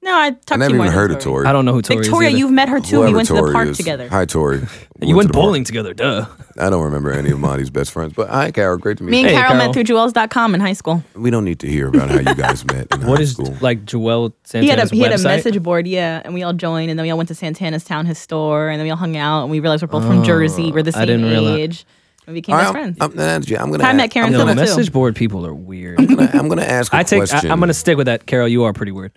Speaker 3: No, I talked
Speaker 1: I
Speaker 3: to
Speaker 1: never
Speaker 3: you
Speaker 1: even
Speaker 3: more
Speaker 1: heard
Speaker 3: than
Speaker 1: of Tori.
Speaker 4: I don't know who Tori
Speaker 3: Victoria,
Speaker 4: is. either.
Speaker 3: you've met her too.
Speaker 1: Whoever
Speaker 3: we went to
Speaker 1: Tori
Speaker 3: the park
Speaker 1: is.
Speaker 3: together.
Speaker 1: Hi, Tori. We went
Speaker 4: you went
Speaker 1: to the park.
Speaker 4: bowling together, duh.
Speaker 1: I don't remember any of Marty's best friends, but hi, Carol. Great to meet
Speaker 3: Me
Speaker 1: you.
Speaker 3: and
Speaker 4: Hey,
Speaker 3: Carol,
Speaker 4: Carol.
Speaker 3: met through jewels.com in high school.
Speaker 1: We don't need to hear about how you guys met. in
Speaker 4: What
Speaker 1: high
Speaker 4: is
Speaker 1: school.
Speaker 4: like Joel
Speaker 3: He had, a,
Speaker 4: Santana's
Speaker 3: he had a
Speaker 4: website?
Speaker 3: message board, yeah, and we all joined, and then we all went to Santana's town, his store, and then we all hung out, and we realized we're both from Jersey. We're the
Speaker 4: Oh, I
Speaker 3: same
Speaker 4: didn't realize-
Speaker 3: age. and We became
Speaker 1: All right,
Speaker 3: best
Speaker 1: I'm-
Speaker 3: friends.
Speaker 1: I'm, I'm, I'm gonna.
Speaker 3: I met
Speaker 1: ask-
Speaker 3: Karen
Speaker 1: I'm
Speaker 4: Yo,
Speaker 3: Tell
Speaker 1: gonna,
Speaker 3: Phillips. me
Speaker 4: message
Speaker 3: too.
Speaker 4: board people are weird.
Speaker 1: gonna- I'm gonna ask. a
Speaker 4: I take. I,
Speaker 1: Question.
Speaker 4: am gonna stick with that, Carol. You are pretty weird.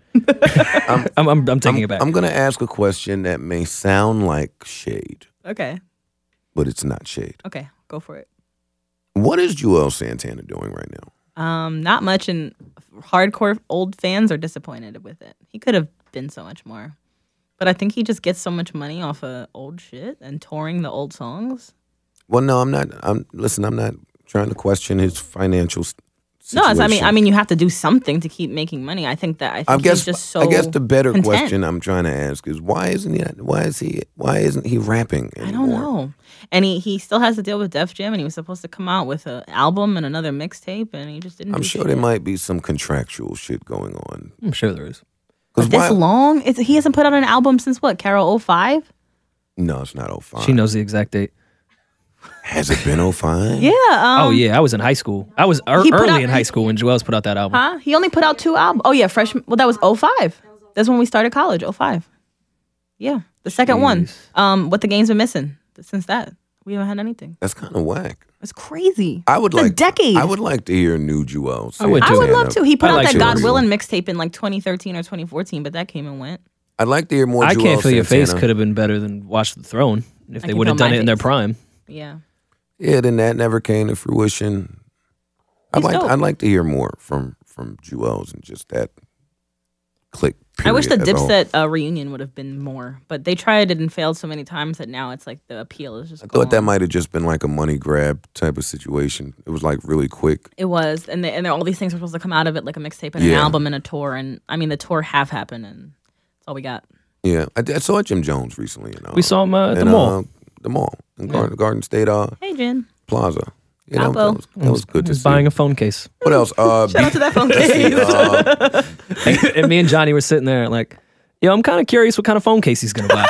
Speaker 4: I'm, I'm, I'm, taking it back.
Speaker 1: I'm gonna ask a question that may sound like shade,
Speaker 3: okay,
Speaker 1: but it's not shade.
Speaker 3: okay, go for it.
Speaker 1: What is Joel Santana doing right now?
Speaker 3: Um, not much, and hardcore old fans are disappointed with it. He could have been so much more, but I think he just gets so much money off of old shit and touring the old songs.
Speaker 1: Well, no, I'm not. I'm listen. I'm not trying to question his financial s-
Speaker 3: No,
Speaker 1: situation.
Speaker 3: it's, I mean, I mean, you have to do something to keep making money. I think that I think
Speaker 1: I guess
Speaker 3: he's just so.
Speaker 1: I guess the better
Speaker 3: content.
Speaker 1: question I'm trying to ask is why isn't he why is he why isn't he rapping
Speaker 3: I don't
Speaker 1: anymore?
Speaker 3: know. And he, he still has to deal with Def Jam, and he was supposed to come out with an album and another mixtape, and he just didn't.
Speaker 1: I'm
Speaker 3: do
Speaker 1: sure
Speaker 3: shit.
Speaker 1: there might be some contractual shit going on.
Speaker 4: I'm sure there is.
Speaker 1: 'Cause
Speaker 3: But this
Speaker 1: why-
Speaker 3: long, it's, he hasn't put out an album since what? Carol 05?
Speaker 1: No, it's not 05.
Speaker 4: She knows the exact date.
Speaker 1: Has it been 05?
Speaker 3: Yeah. Um,
Speaker 4: oh yeah, I was in high school. I was er-
Speaker 3: he put
Speaker 4: early
Speaker 3: out-
Speaker 4: in high school when Joel's put out that album.
Speaker 3: Huh? He only put out two albums. Oh yeah, freshman. Well, that was 05. That's when we started college. 05. Yeah, the second one.
Speaker 4: Jeez.
Speaker 3: Um, what the game's been missing since that? We haven't had anything.
Speaker 1: That's kind of whack.
Speaker 3: It's crazy.
Speaker 1: I would
Speaker 3: It's
Speaker 1: like
Speaker 3: a decade.
Speaker 1: I would like to hear new Jewel.
Speaker 4: I would
Speaker 3: I
Speaker 4: too.
Speaker 3: would love to. He put
Speaker 4: I
Speaker 3: out
Speaker 4: like
Speaker 3: that God
Speaker 1: Jewel.
Speaker 3: Willing mixtape in like 2013 or 2014, but that came and went.
Speaker 1: I'd like to hear more.
Speaker 4: I
Speaker 1: Joel
Speaker 4: can't feel your face
Speaker 1: Santana.
Speaker 4: could have been better than Watch the Throne if they
Speaker 3: can
Speaker 4: would have
Speaker 3: feel
Speaker 4: done
Speaker 3: my
Speaker 4: it in their
Speaker 3: face.
Speaker 4: prime.
Speaker 3: Yeah.
Speaker 1: Yeah, then that never came to fruition. I'd
Speaker 3: He's
Speaker 1: like
Speaker 3: dope.
Speaker 1: I'd like to hear more from from Jewels and just that click.
Speaker 3: I wish the
Speaker 1: period as a whole.
Speaker 3: Dipset uh, reunion would have been more, but they tried it and failed so many times that now it's like the appeal is just.
Speaker 1: I thought that
Speaker 4: Oh.
Speaker 3: gone.
Speaker 1: might have just been like a money grab type of situation. It was like really quick.
Speaker 3: It was, and they, and there, all these things were supposed to come out of it, like a mixtape and an
Speaker 1: Yeah.
Speaker 3: album and a tour. And I mean, the tour half happened, and that's all we got.
Speaker 1: Yeah, I, I saw Jim Jones recently. You know,
Speaker 4: We saw him uh, at the
Speaker 1: in,
Speaker 4: mall.
Speaker 1: Uh, the mall in Garden, Garden State uh,
Speaker 3: Hey, Jen.
Speaker 1: Plaza. You know,
Speaker 3: Capo.
Speaker 1: that was, that was good to
Speaker 4: Just
Speaker 1: see.
Speaker 4: buying a phone case.
Speaker 1: what else? Uh,
Speaker 3: Shout out to that phone
Speaker 1: let's see,
Speaker 3: case.
Speaker 1: uh,
Speaker 4: and, and me and Johnny were sitting there like, yo, I'm kind of curious what kind of phone case he's gonna buy.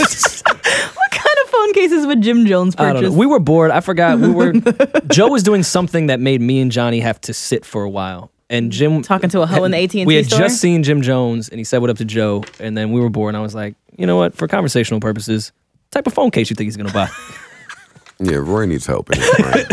Speaker 3: what kind of phone cases would Jim Jones
Speaker 4: I don't know.
Speaker 3: purchase?
Speaker 4: We were bored. I forgot. We were. Joe was doing something that made me and Johnny have to sit for a while. And Jim
Speaker 3: Talking to a hoe in the AT&T
Speaker 4: We had
Speaker 3: store?
Speaker 4: just seen Jim Jones, and he said, "What up to Joe?" And then we were bored. And I was like, you know what? For conversational purposes, what type of phone case you think he's gonna buy?
Speaker 1: yeah, Roy needs help. in it, right?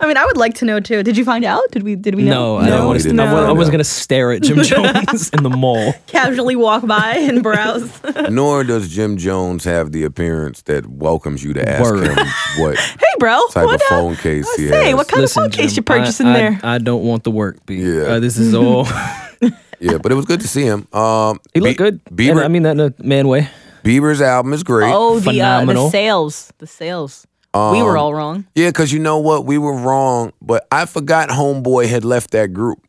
Speaker 3: I mean, I would like to know too. Did you find out? Did we? Did we
Speaker 4: no,
Speaker 3: know?
Speaker 4: I don't
Speaker 1: No,
Speaker 4: want
Speaker 1: he
Speaker 4: to.
Speaker 1: didn't
Speaker 4: I, wa- I
Speaker 1: find
Speaker 4: wasn't
Speaker 1: out.
Speaker 4: gonna stare at Jim Jones in the mall.
Speaker 3: Casually walk by and browse. hey,
Speaker 1: Nor does Jim Jones have the appearance that welcomes you to ask
Speaker 4: Word.
Speaker 1: him what
Speaker 3: bro.
Speaker 1: type
Speaker 3: what
Speaker 1: of phone case
Speaker 3: I
Speaker 1: he
Speaker 3: say,
Speaker 1: has.
Speaker 3: what kind
Speaker 4: Listen,
Speaker 3: of phone case
Speaker 4: Jim,
Speaker 3: you purchasing
Speaker 4: I, I-
Speaker 3: there?
Speaker 4: I don't want the work. B.
Speaker 1: Yeah.
Speaker 4: Uh, this is all.
Speaker 1: yeah, but it was good to see him. Um,
Speaker 4: he looked good.
Speaker 1: Bieber,
Speaker 4: And I mean that in a man way.
Speaker 1: Bieber's album is great.
Speaker 3: oh, the uh, the
Speaker 4: phenomenal.
Speaker 3: sales, the sales. we
Speaker 1: Um,
Speaker 3: were all wrong.
Speaker 1: Yeah, because you know what? We were wrong, but I forgot Homeboy had left that group.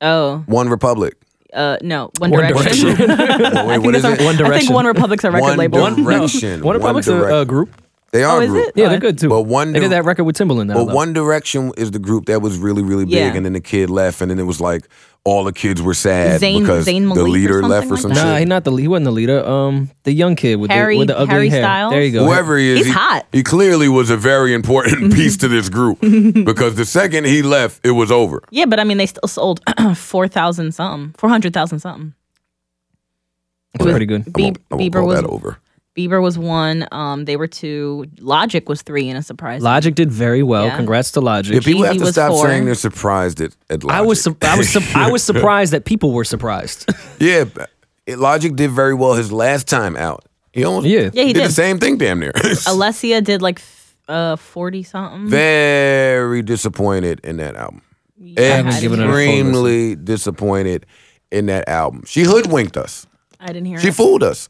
Speaker 3: Oh,
Speaker 1: One Republic.
Speaker 3: uh, no, One,
Speaker 4: One
Speaker 3: Direction.
Speaker 1: Wait,
Speaker 3: I think
Speaker 1: what is it?
Speaker 3: that's our-
Speaker 4: One
Speaker 3: I think
Speaker 4: Direction.
Speaker 3: One Republic's a record
Speaker 1: One
Speaker 3: label.
Speaker 1: Direction. Direction.
Speaker 4: One Republic's
Speaker 1: One
Speaker 4: a, a
Speaker 1: Direction.
Speaker 4: uh, group.
Speaker 1: They are
Speaker 3: Oh,
Speaker 1: a
Speaker 3: is
Speaker 1: group.
Speaker 3: it?
Speaker 4: Yeah,
Speaker 3: Oh, I-
Speaker 4: they're good too.
Speaker 1: But One
Speaker 4: they
Speaker 1: Dir-
Speaker 4: did that record with Timbaland. Now,
Speaker 1: But
Speaker 4: though.
Speaker 1: One Direction is the group that was really, really big,
Speaker 3: Yeah.
Speaker 1: and then the kid left, and then it was like all the kids were sad
Speaker 3: Zayn-
Speaker 1: because
Speaker 3: Zayn
Speaker 1: the
Speaker 3: Malik or
Speaker 1: leader left
Speaker 3: something
Speaker 1: or
Speaker 3: like
Speaker 1: some
Speaker 3: that?
Speaker 4: Nah,
Speaker 1: shit.
Speaker 4: he not the lead. He wasn't the leader. Um, the young kid with
Speaker 3: Harry-
Speaker 4: the with the ugly
Speaker 3: Harry
Speaker 4: hair.
Speaker 3: Styles?
Speaker 4: There you go.
Speaker 1: Whoever he is,
Speaker 3: He's
Speaker 1: he,
Speaker 3: hot.
Speaker 1: he clearly was a very important piece to this group because the second he left, it was over.
Speaker 3: Yeah, but I mean, they still sold four thousand something, four hundred thousand something.
Speaker 4: That's pretty good.
Speaker 1: I
Speaker 3: Bieb-
Speaker 1: won't, I won't
Speaker 3: Bieber
Speaker 1: call
Speaker 3: was-
Speaker 1: that over.
Speaker 3: Bieber was one. Um, they were two. Logic was three in a surprise.
Speaker 4: Logic did very well.
Speaker 3: Yeah.
Speaker 4: Congrats to Logic.
Speaker 1: Yeah, people
Speaker 3: Jeezy
Speaker 1: have to
Speaker 3: was
Speaker 1: stop
Speaker 3: four.
Speaker 1: saying they're surprised at, at Logic.
Speaker 4: I was su- I was su- I was surprised that people were surprised.
Speaker 1: Yeah, b- it, Logic did very well his last time out. He almost
Speaker 4: Yeah.
Speaker 3: Yeah, he
Speaker 1: the
Speaker 3: did.
Speaker 1: same thing damn near.
Speaker 3: Alessia did like f- uh forty something.
Speaker 1: very disappointed in that album.
Speaker 3: I didn't
Speaker 4: given it a full
Speaker 1: Extremely disappointed in that album. She hoodwinked us.
Speaker 3: I didn't hear.
Speaker 1: She
Speaker 3: it.
Speaker 1: fooled us.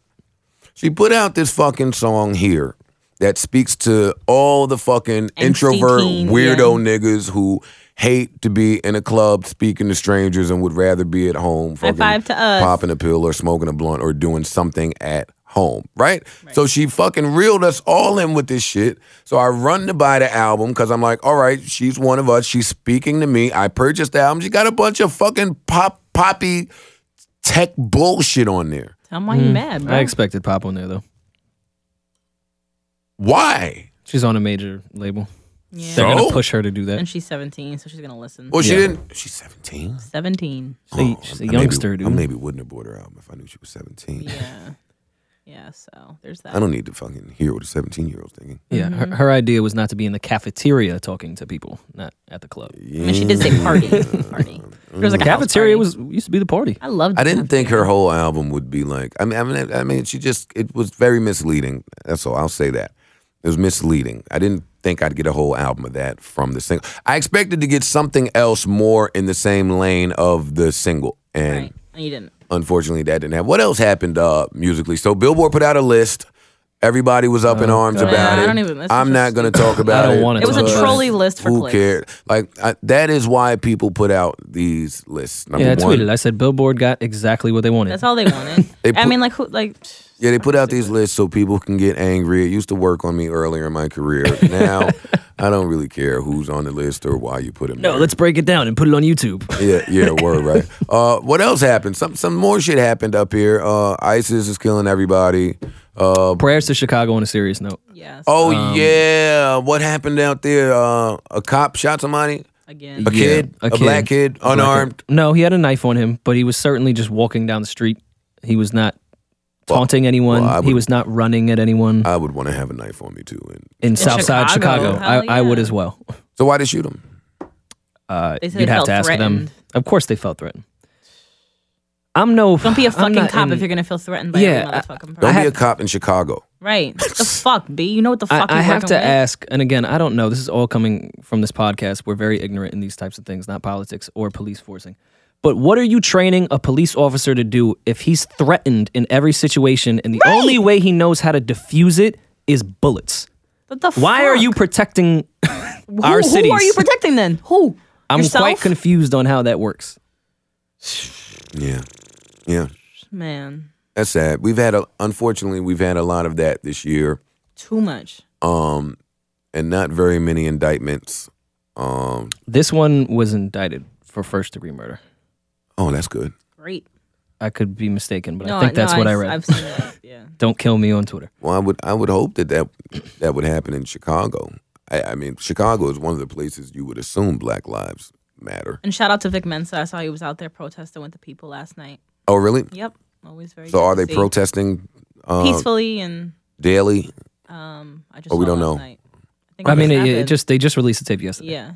Speaker 1: She put out this fucking song here that speaks to all the fucking introvert
Speaker 3: teen,
Speaker 1: weirdo niggas who hate to be in a club speaking to strangers and would rather be at home fucking
Speaker 3: five to us.
Speaker 1: popping a pill or smoking a blunt or doing something at home, right? So she fucking reeled us all in with this shit. So I run to buy the album because I'm like, all right, she's one of us. She's speaking to me. I purchased the album. She got a bunch of fucking pop poppy tech bullshit on there.
Speaker 3: Tell him why you mad, bro.
Speaker 4: I expected Pop on there though.
Speaker 1: Why?
Speaker 4: She's on a major label.
Speaker 3: Yeah.
Speaker 4: They're
Speaker 1: So?
Speaker 4: gonna push her to do that.
Speaker 3: and she's seventeen, so she's gonna listen.
Speaker 1: Well, she
Speaker 4: Yeah.
Speaker 1: didn't. She's 17.
Speaker 3: Seventeen.
Speaker 4: She's a, she's a youngster,
Speaker 1: I
Speaker 4: dude.
Speaker 1: maybe wouldn't have bought her album if I knew she was 17.
Speaker 3: Yeah. Yeah. So there's that.
Speaker 1: I don't need to fucking hear what a 17 year old's thinking.
Speaker 4: Yeah,
Speaker 3: Mm-hmm.
Speaker 4: her, her idea was not to be in the cafeteria talking to people, not at the club.
Speaker 3: I mean, she did say party. party. There was like a house
Speaker 4: Cafeteria
Speaker 3: party.
Speaker 4: was used to be the party.
Speaker 3: I loved.
Speaker 1: I didn't think her whole album would be like. I mean, I mean, I mean, she just it was very misleading. That's all I'll say. That it was misleading. I didn't think I'd get a whole album of that from the single. I expected to get something else more in the same lane of the single, and
Speaker 3: Right. And you didn't.
Speaker 1: unfortunately, that didn't happen. What else happened uh, musically? So Billboard put out a list. Everybody was up in arms
Speaker 3: God.
Speaker 1: about
Speaker 3: Yeah, I
Speaker 1: it.
Speaker 3: don't even- that's
Speaker 1: I'm not
Speaker 3: just-
Speaker 1: going to talk about
Speaker 4: don't
Speaker 1: it.
Speaker 4: wanna
Speaker 3: It was a
Speaker 1: because
Speaker 3: trolley list for
Speaker 1: Who
Speaker 3: clicks.
Speaker 1: cared? Like I, that is why people put out these lists. Number
Speaker 4: Yeah, I
Speaker 1: one,
Speaker 4: tweeted. I said Billboard got exactly what they wanted.
Speaker 3: That's all they wanted.
Speaker 1: They
Speaker 3: I
Speaker 1: put-
Speaker 3: mean, like who, like.
Speaker 1: Yeah, they put out these lists so people can get angry. It used to work on me earlier in my career. Now, I don't really care who's on the list or why you put them.
Speaker 4: no,
Speaker 1: there.
Speaker 4: let's break it down and put it on YouTube.
Speaker 1: Yeah, yeah, word right. Uh, what else happened? Some some more shit happened up here. Uh, ISIS is killing everybody. Uh,
Speaker 4: Prayers to Chicago on a serious note.
Speaker 3: Yes.
Speaker 1: oh yeah, what happened out there? Uh, a cop shot somebody.
Speaker 3: Again.
Speaker 1: A kid,
Speaker 4: a
Speaker 1: a,
Speaker 4: kid.
Speaker 1: black kid, unarmed.
Speaker 4: No, he had a knife on him, but he was certainly just walking down the street. He was not taunting anyone.
Speaker 1: well, I
Speaker 4: he
Speaker 1: would-
Speaker 4: was not running at anyone
Speaker 1: I would want to have a knife on me too. And
Speaker 4: in, Southside Chicago.
Speaker 3: Chicago,
Speaker 4: I,
Speaker 3: hell
Speaker 4: I would
Speaker 3: yeah.
Speaker 4: as well.
Speaker 1: so why they shoot him?
Speaker 4: Uh,
Speaker 3: They said
Speaker 4: you'd
Speaker 3: they
Speaker 4: have
Speaker 3: felt
Speaker 4: to ask them.
Speaker 3: threatened.
Speaker 4: Of course, they felt threatened. I'm no.
Speaker 3: Don't be a fucking cop
Speaker 4: in,
Speaker 3: if you're gonna feel threatened by
Speaker 4: Yeah,
Speaker 3: every motherfucking person.
Speaker 1: Don't be
Speaker 4: have-
Speaker 1: a cop in Chicago.
Speaker 3: right. the fuck, B. You know what the
Speaker 4: I,
Speaker 3: fuck
Speaker 4: I
Speaker 3: you're
Speaker 4: have
Speaker 3: working
Speaker 4: to
Speaker 3: with?
Speaker 4: ask, and again, I don't know. This is all coming from this podcast. We're very ignorant in these types of things, not politics or police forcing. But what are you training a police officer to do if he's threatened in every situation and the only way he knows how to defuse it is bullets?
Speaker 3: What the
Speaker 4: Why are
Speaker 3: fuck?
Speaker 4: you protecting
Speaker 3: Who-
Speaker 4: our
Speaker 3: who,
Speaker 4: cities?
Speaker 3: are you protecting then? Who?
Speaker 4: I'm
Speaker 3: Yourself?
Speaker 4: quite confused on how that works.
Speaker 1: Yeah, yeah.
Speaker 3: Man,
Speaker 1: That's sad. We've had a unfortunately we've had a lot of that this year,
Speaker 3: too much.
Speaker 1: um, and not very many indictments. Um,
Speaker 4: This one was indicted for first degree murder.
Speaker 1: oh, that's good.
Speaker 3: Great.
Speaker 4: I could be mistaken, but
Speaker 3: No,
Speaker 4: I think that's
Speaker 3: no,
Speaker 4: what I,
Speaker 3: I've-
Speaker 4: read.
Speaker 3: I've seen that. Yeah.
Speaker 4: don't kill me on Twitter.
Speaker 1: Well, I would I would hope that that, that would happen in Chicago. I, I mean, Chicago is one of the places you would assume Black Lives Matter.
Speaker 3: And shout out to Vic Mensa. I saw he was out there protesting with the people last night.
Speaker 1: Oh, really?
Speaker 3: Yep. Always very.
Speaker 1: So
Speaker 3: good
Speaker 1: are
Speaker 3: to
Speaker 1: they
Speaker 3: see.
Speaker 1: protesting uh,
Speaker 3: peacefully and
Speaker 1: daily?
Speaker 3: um? I just.
Speaker 1: Oh, we
Speaker 3: saw
Speaker 1: don't
Speaker 3: last
Speaker 1: know.
Speaker 3: Night. I, think
Speaker 4: I mean, it,
Speaker 3: happened.
Speaker 4: it just they just released the tape yesterday.
Speaker 3: Yeah.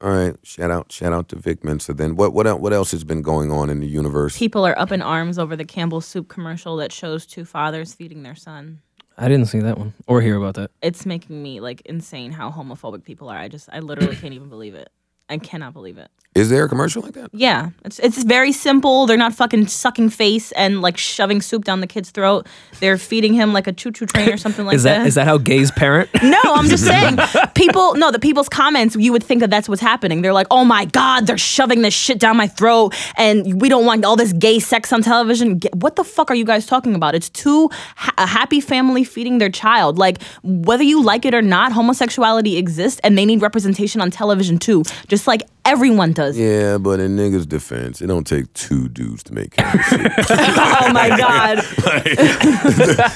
Speaker 1: All right. Shout out, shout out to Vic Mensa. Then what what el- what else has been going on in the universe?
Speaker 3: People are up in arms over the Campbell soup commercial that shows two fathers feeding their son.
Speaker 4: I didn't see that one or hear about that.
Speaker 3: It's making me like insane how homophobic people are. I just I literally can't even believe it. I cannot believe it.
Speaker 1: Is there a commercial like that?
Speaker 3: Yeah, it's it's very simple. They're not fucking sucking face and like shoving soup down the kid's throat. They're feeding him like a choo-choo train or something like
Speaker 4: Is that is that how gays parent?
Speaker 3: No, I'm just saying. People, no, the people's comments, you would think that that's what's happening. They're like, oh my God, they're shoving this shit down my throat and we don't want all this gay sex on television. G- What the fuck are you guys talking about? It's two, ha- a happy family feeding their child. Like, whether you like it or not, homosexuality exists and they need representation on television too, just like everyone does.
Speaker 1: Yeah, but in niggas' defense, it don't take two dudes to make Campbell soup.
Speaker 3: Oh my God.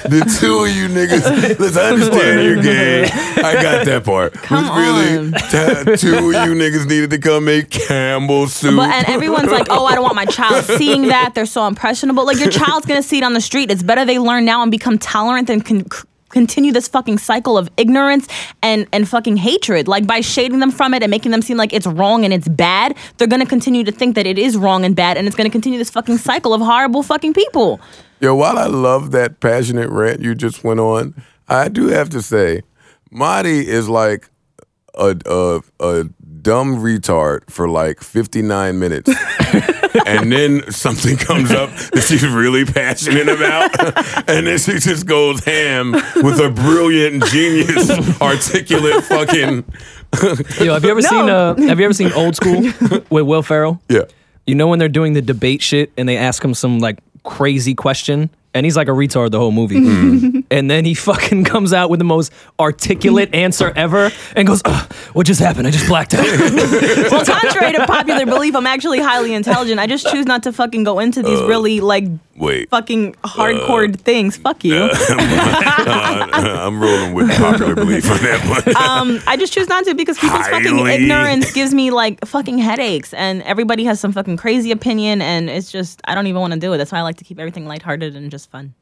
Speaker 1: the two of you niggas. Let's understand you're gay. I got that part.
Speaker 3: Come
Speaker 1: But really, ta- two of you niggas needed to come make Campbell soup.
Speaker 3: But and everyone's like, oh, I don't want my child seeing that. They're so impressionable. Like your child's gonna see it on the street. It's better they learn now and become tolerant than can c- continue this fucking cycle of ignorance and and fucking hatred. Like by shading them from it and making them seem like it's wrong and it's bad, they're gonna continue to think that it is wrong and bad, and it's gonna continue this fucking cycle of horrible fucking people.
Speaker 1: Yo, while I love that passionate rant you just went on, I do have to say, Marty is like a a, a dumb retard for like 59 minutes. and then something comes up that she's really passionate about. and then she just goes ham with a brilliant, genius, articulate fucking.
Speaker 4: Yo, have you ever seen uh, Have you ever seen Old School with Will Ferrell?
Speaker 1: Yeah.
Speaker 4: You know when they're doing the debate shit and they ask him some like crazy question and he's like a retard the whole movie,
Speaker 1: Mm-hmm.
Speaker 4: and then he fucking comes out with the most articulate answer ever and goes, "Ugh, "What just happened? I just blacked out."
Speaker 3: Well, contrary to popular belief, I'm actually highly intelligent. I just choose not to fucking go into these really like
Speaker 1: Wait.
Speaker 3: fucking hardcore things. Fuck you.
Speaker 1: Uh, I'm rolling with popular belief on that one.
Speaker 3: um, I just choose not to because people's fucking
Speaker 1: Highly.
Speaker 3: ignorance gives me like fucking headaches, and everybody has some fucking crazy opinion, and it's just I don't even want to do it. That's why I like to keep everything lighthearted and just fun.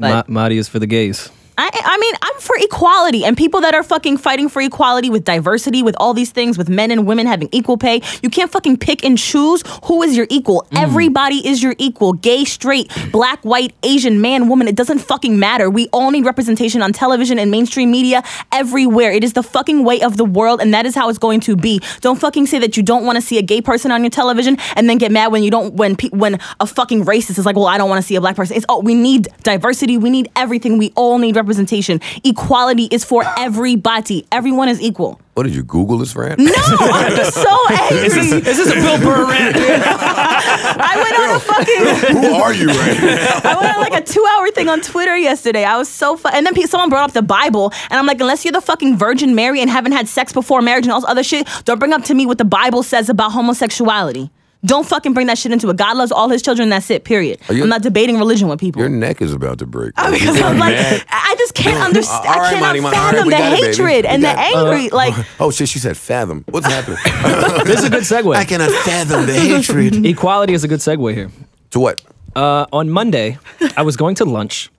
Speaker 4: Ma-
Speaker 3: But-
Speaker 4: Marty is for the gays.
Speaker 3: I, I mean, I'm for equality, and people that are fucking fighting for equality with diversity, with all these things, with men and women having equal pay. You can't fucking pick and choose who is your equal. Everybody is your equal. Gay, straight, black, white, Asian, man, woman. It doesn't fucking matter. We all need representation on television and mainstream media everywhere. It is the fucking way of the world, and that is how it's going to be. Don't fucking say that you don't want to see a gay person on your television, and then get mad when you don't when pe- when a fucking racist is like, well, I don't want to see a black person. It's oh, we need diversity. We need everything. We all need representation representation. Equality is for everybody. Everyone is equal.
Speaker 1: What did you Google this rant?
Speaker 3: No, I'm just so angry.
Speaker 4: This is, this is a Bill Burr rant.
Speaker 3: I went on a fucking,
Speaker 1: Who are you right now?
Speaker 3: I went on like a two-hour thing on Twitter yesterday. I was so fu- and then pe- someone brought up the Bible, and I'm like, unless you're the fucking Virgin Mary and haven't had sex before marriage and all this other shit, don't bring up to me what the Bible says about homosexuality. Don't fucking bring that shit into it. God loves all His children. That's it. Period.
Speaker 1: you-
Speaker 3: I'm not debating religion with people.
Speaker 1: Your neck is about to break.
Speaker 3: Oh, because I'm like, I I just can't understand.
Speaker 1: All right,
Speaker 3: I cannot
Speaker 1: Monty, Monty, all right,
Speaker 3: fathom
Speaker 1: we
Speaker 3: the
Speaker 1: got it, baby.
Speaker 3: hatred
Speaker 1: We
Speaker 3: and the
Speaker 1: got it.
Speaker 3: angry. like,
Speaker 1: oh shit, she said fathom. What's happening?
Speaker 4: This is a good segue.
Speaker 1: I cannot fathom the hatred.
Speaker 4: Equality is a good segue here.
Speaker 1: to what?
Speaker 4: Uh, on Monday, I was going to lunch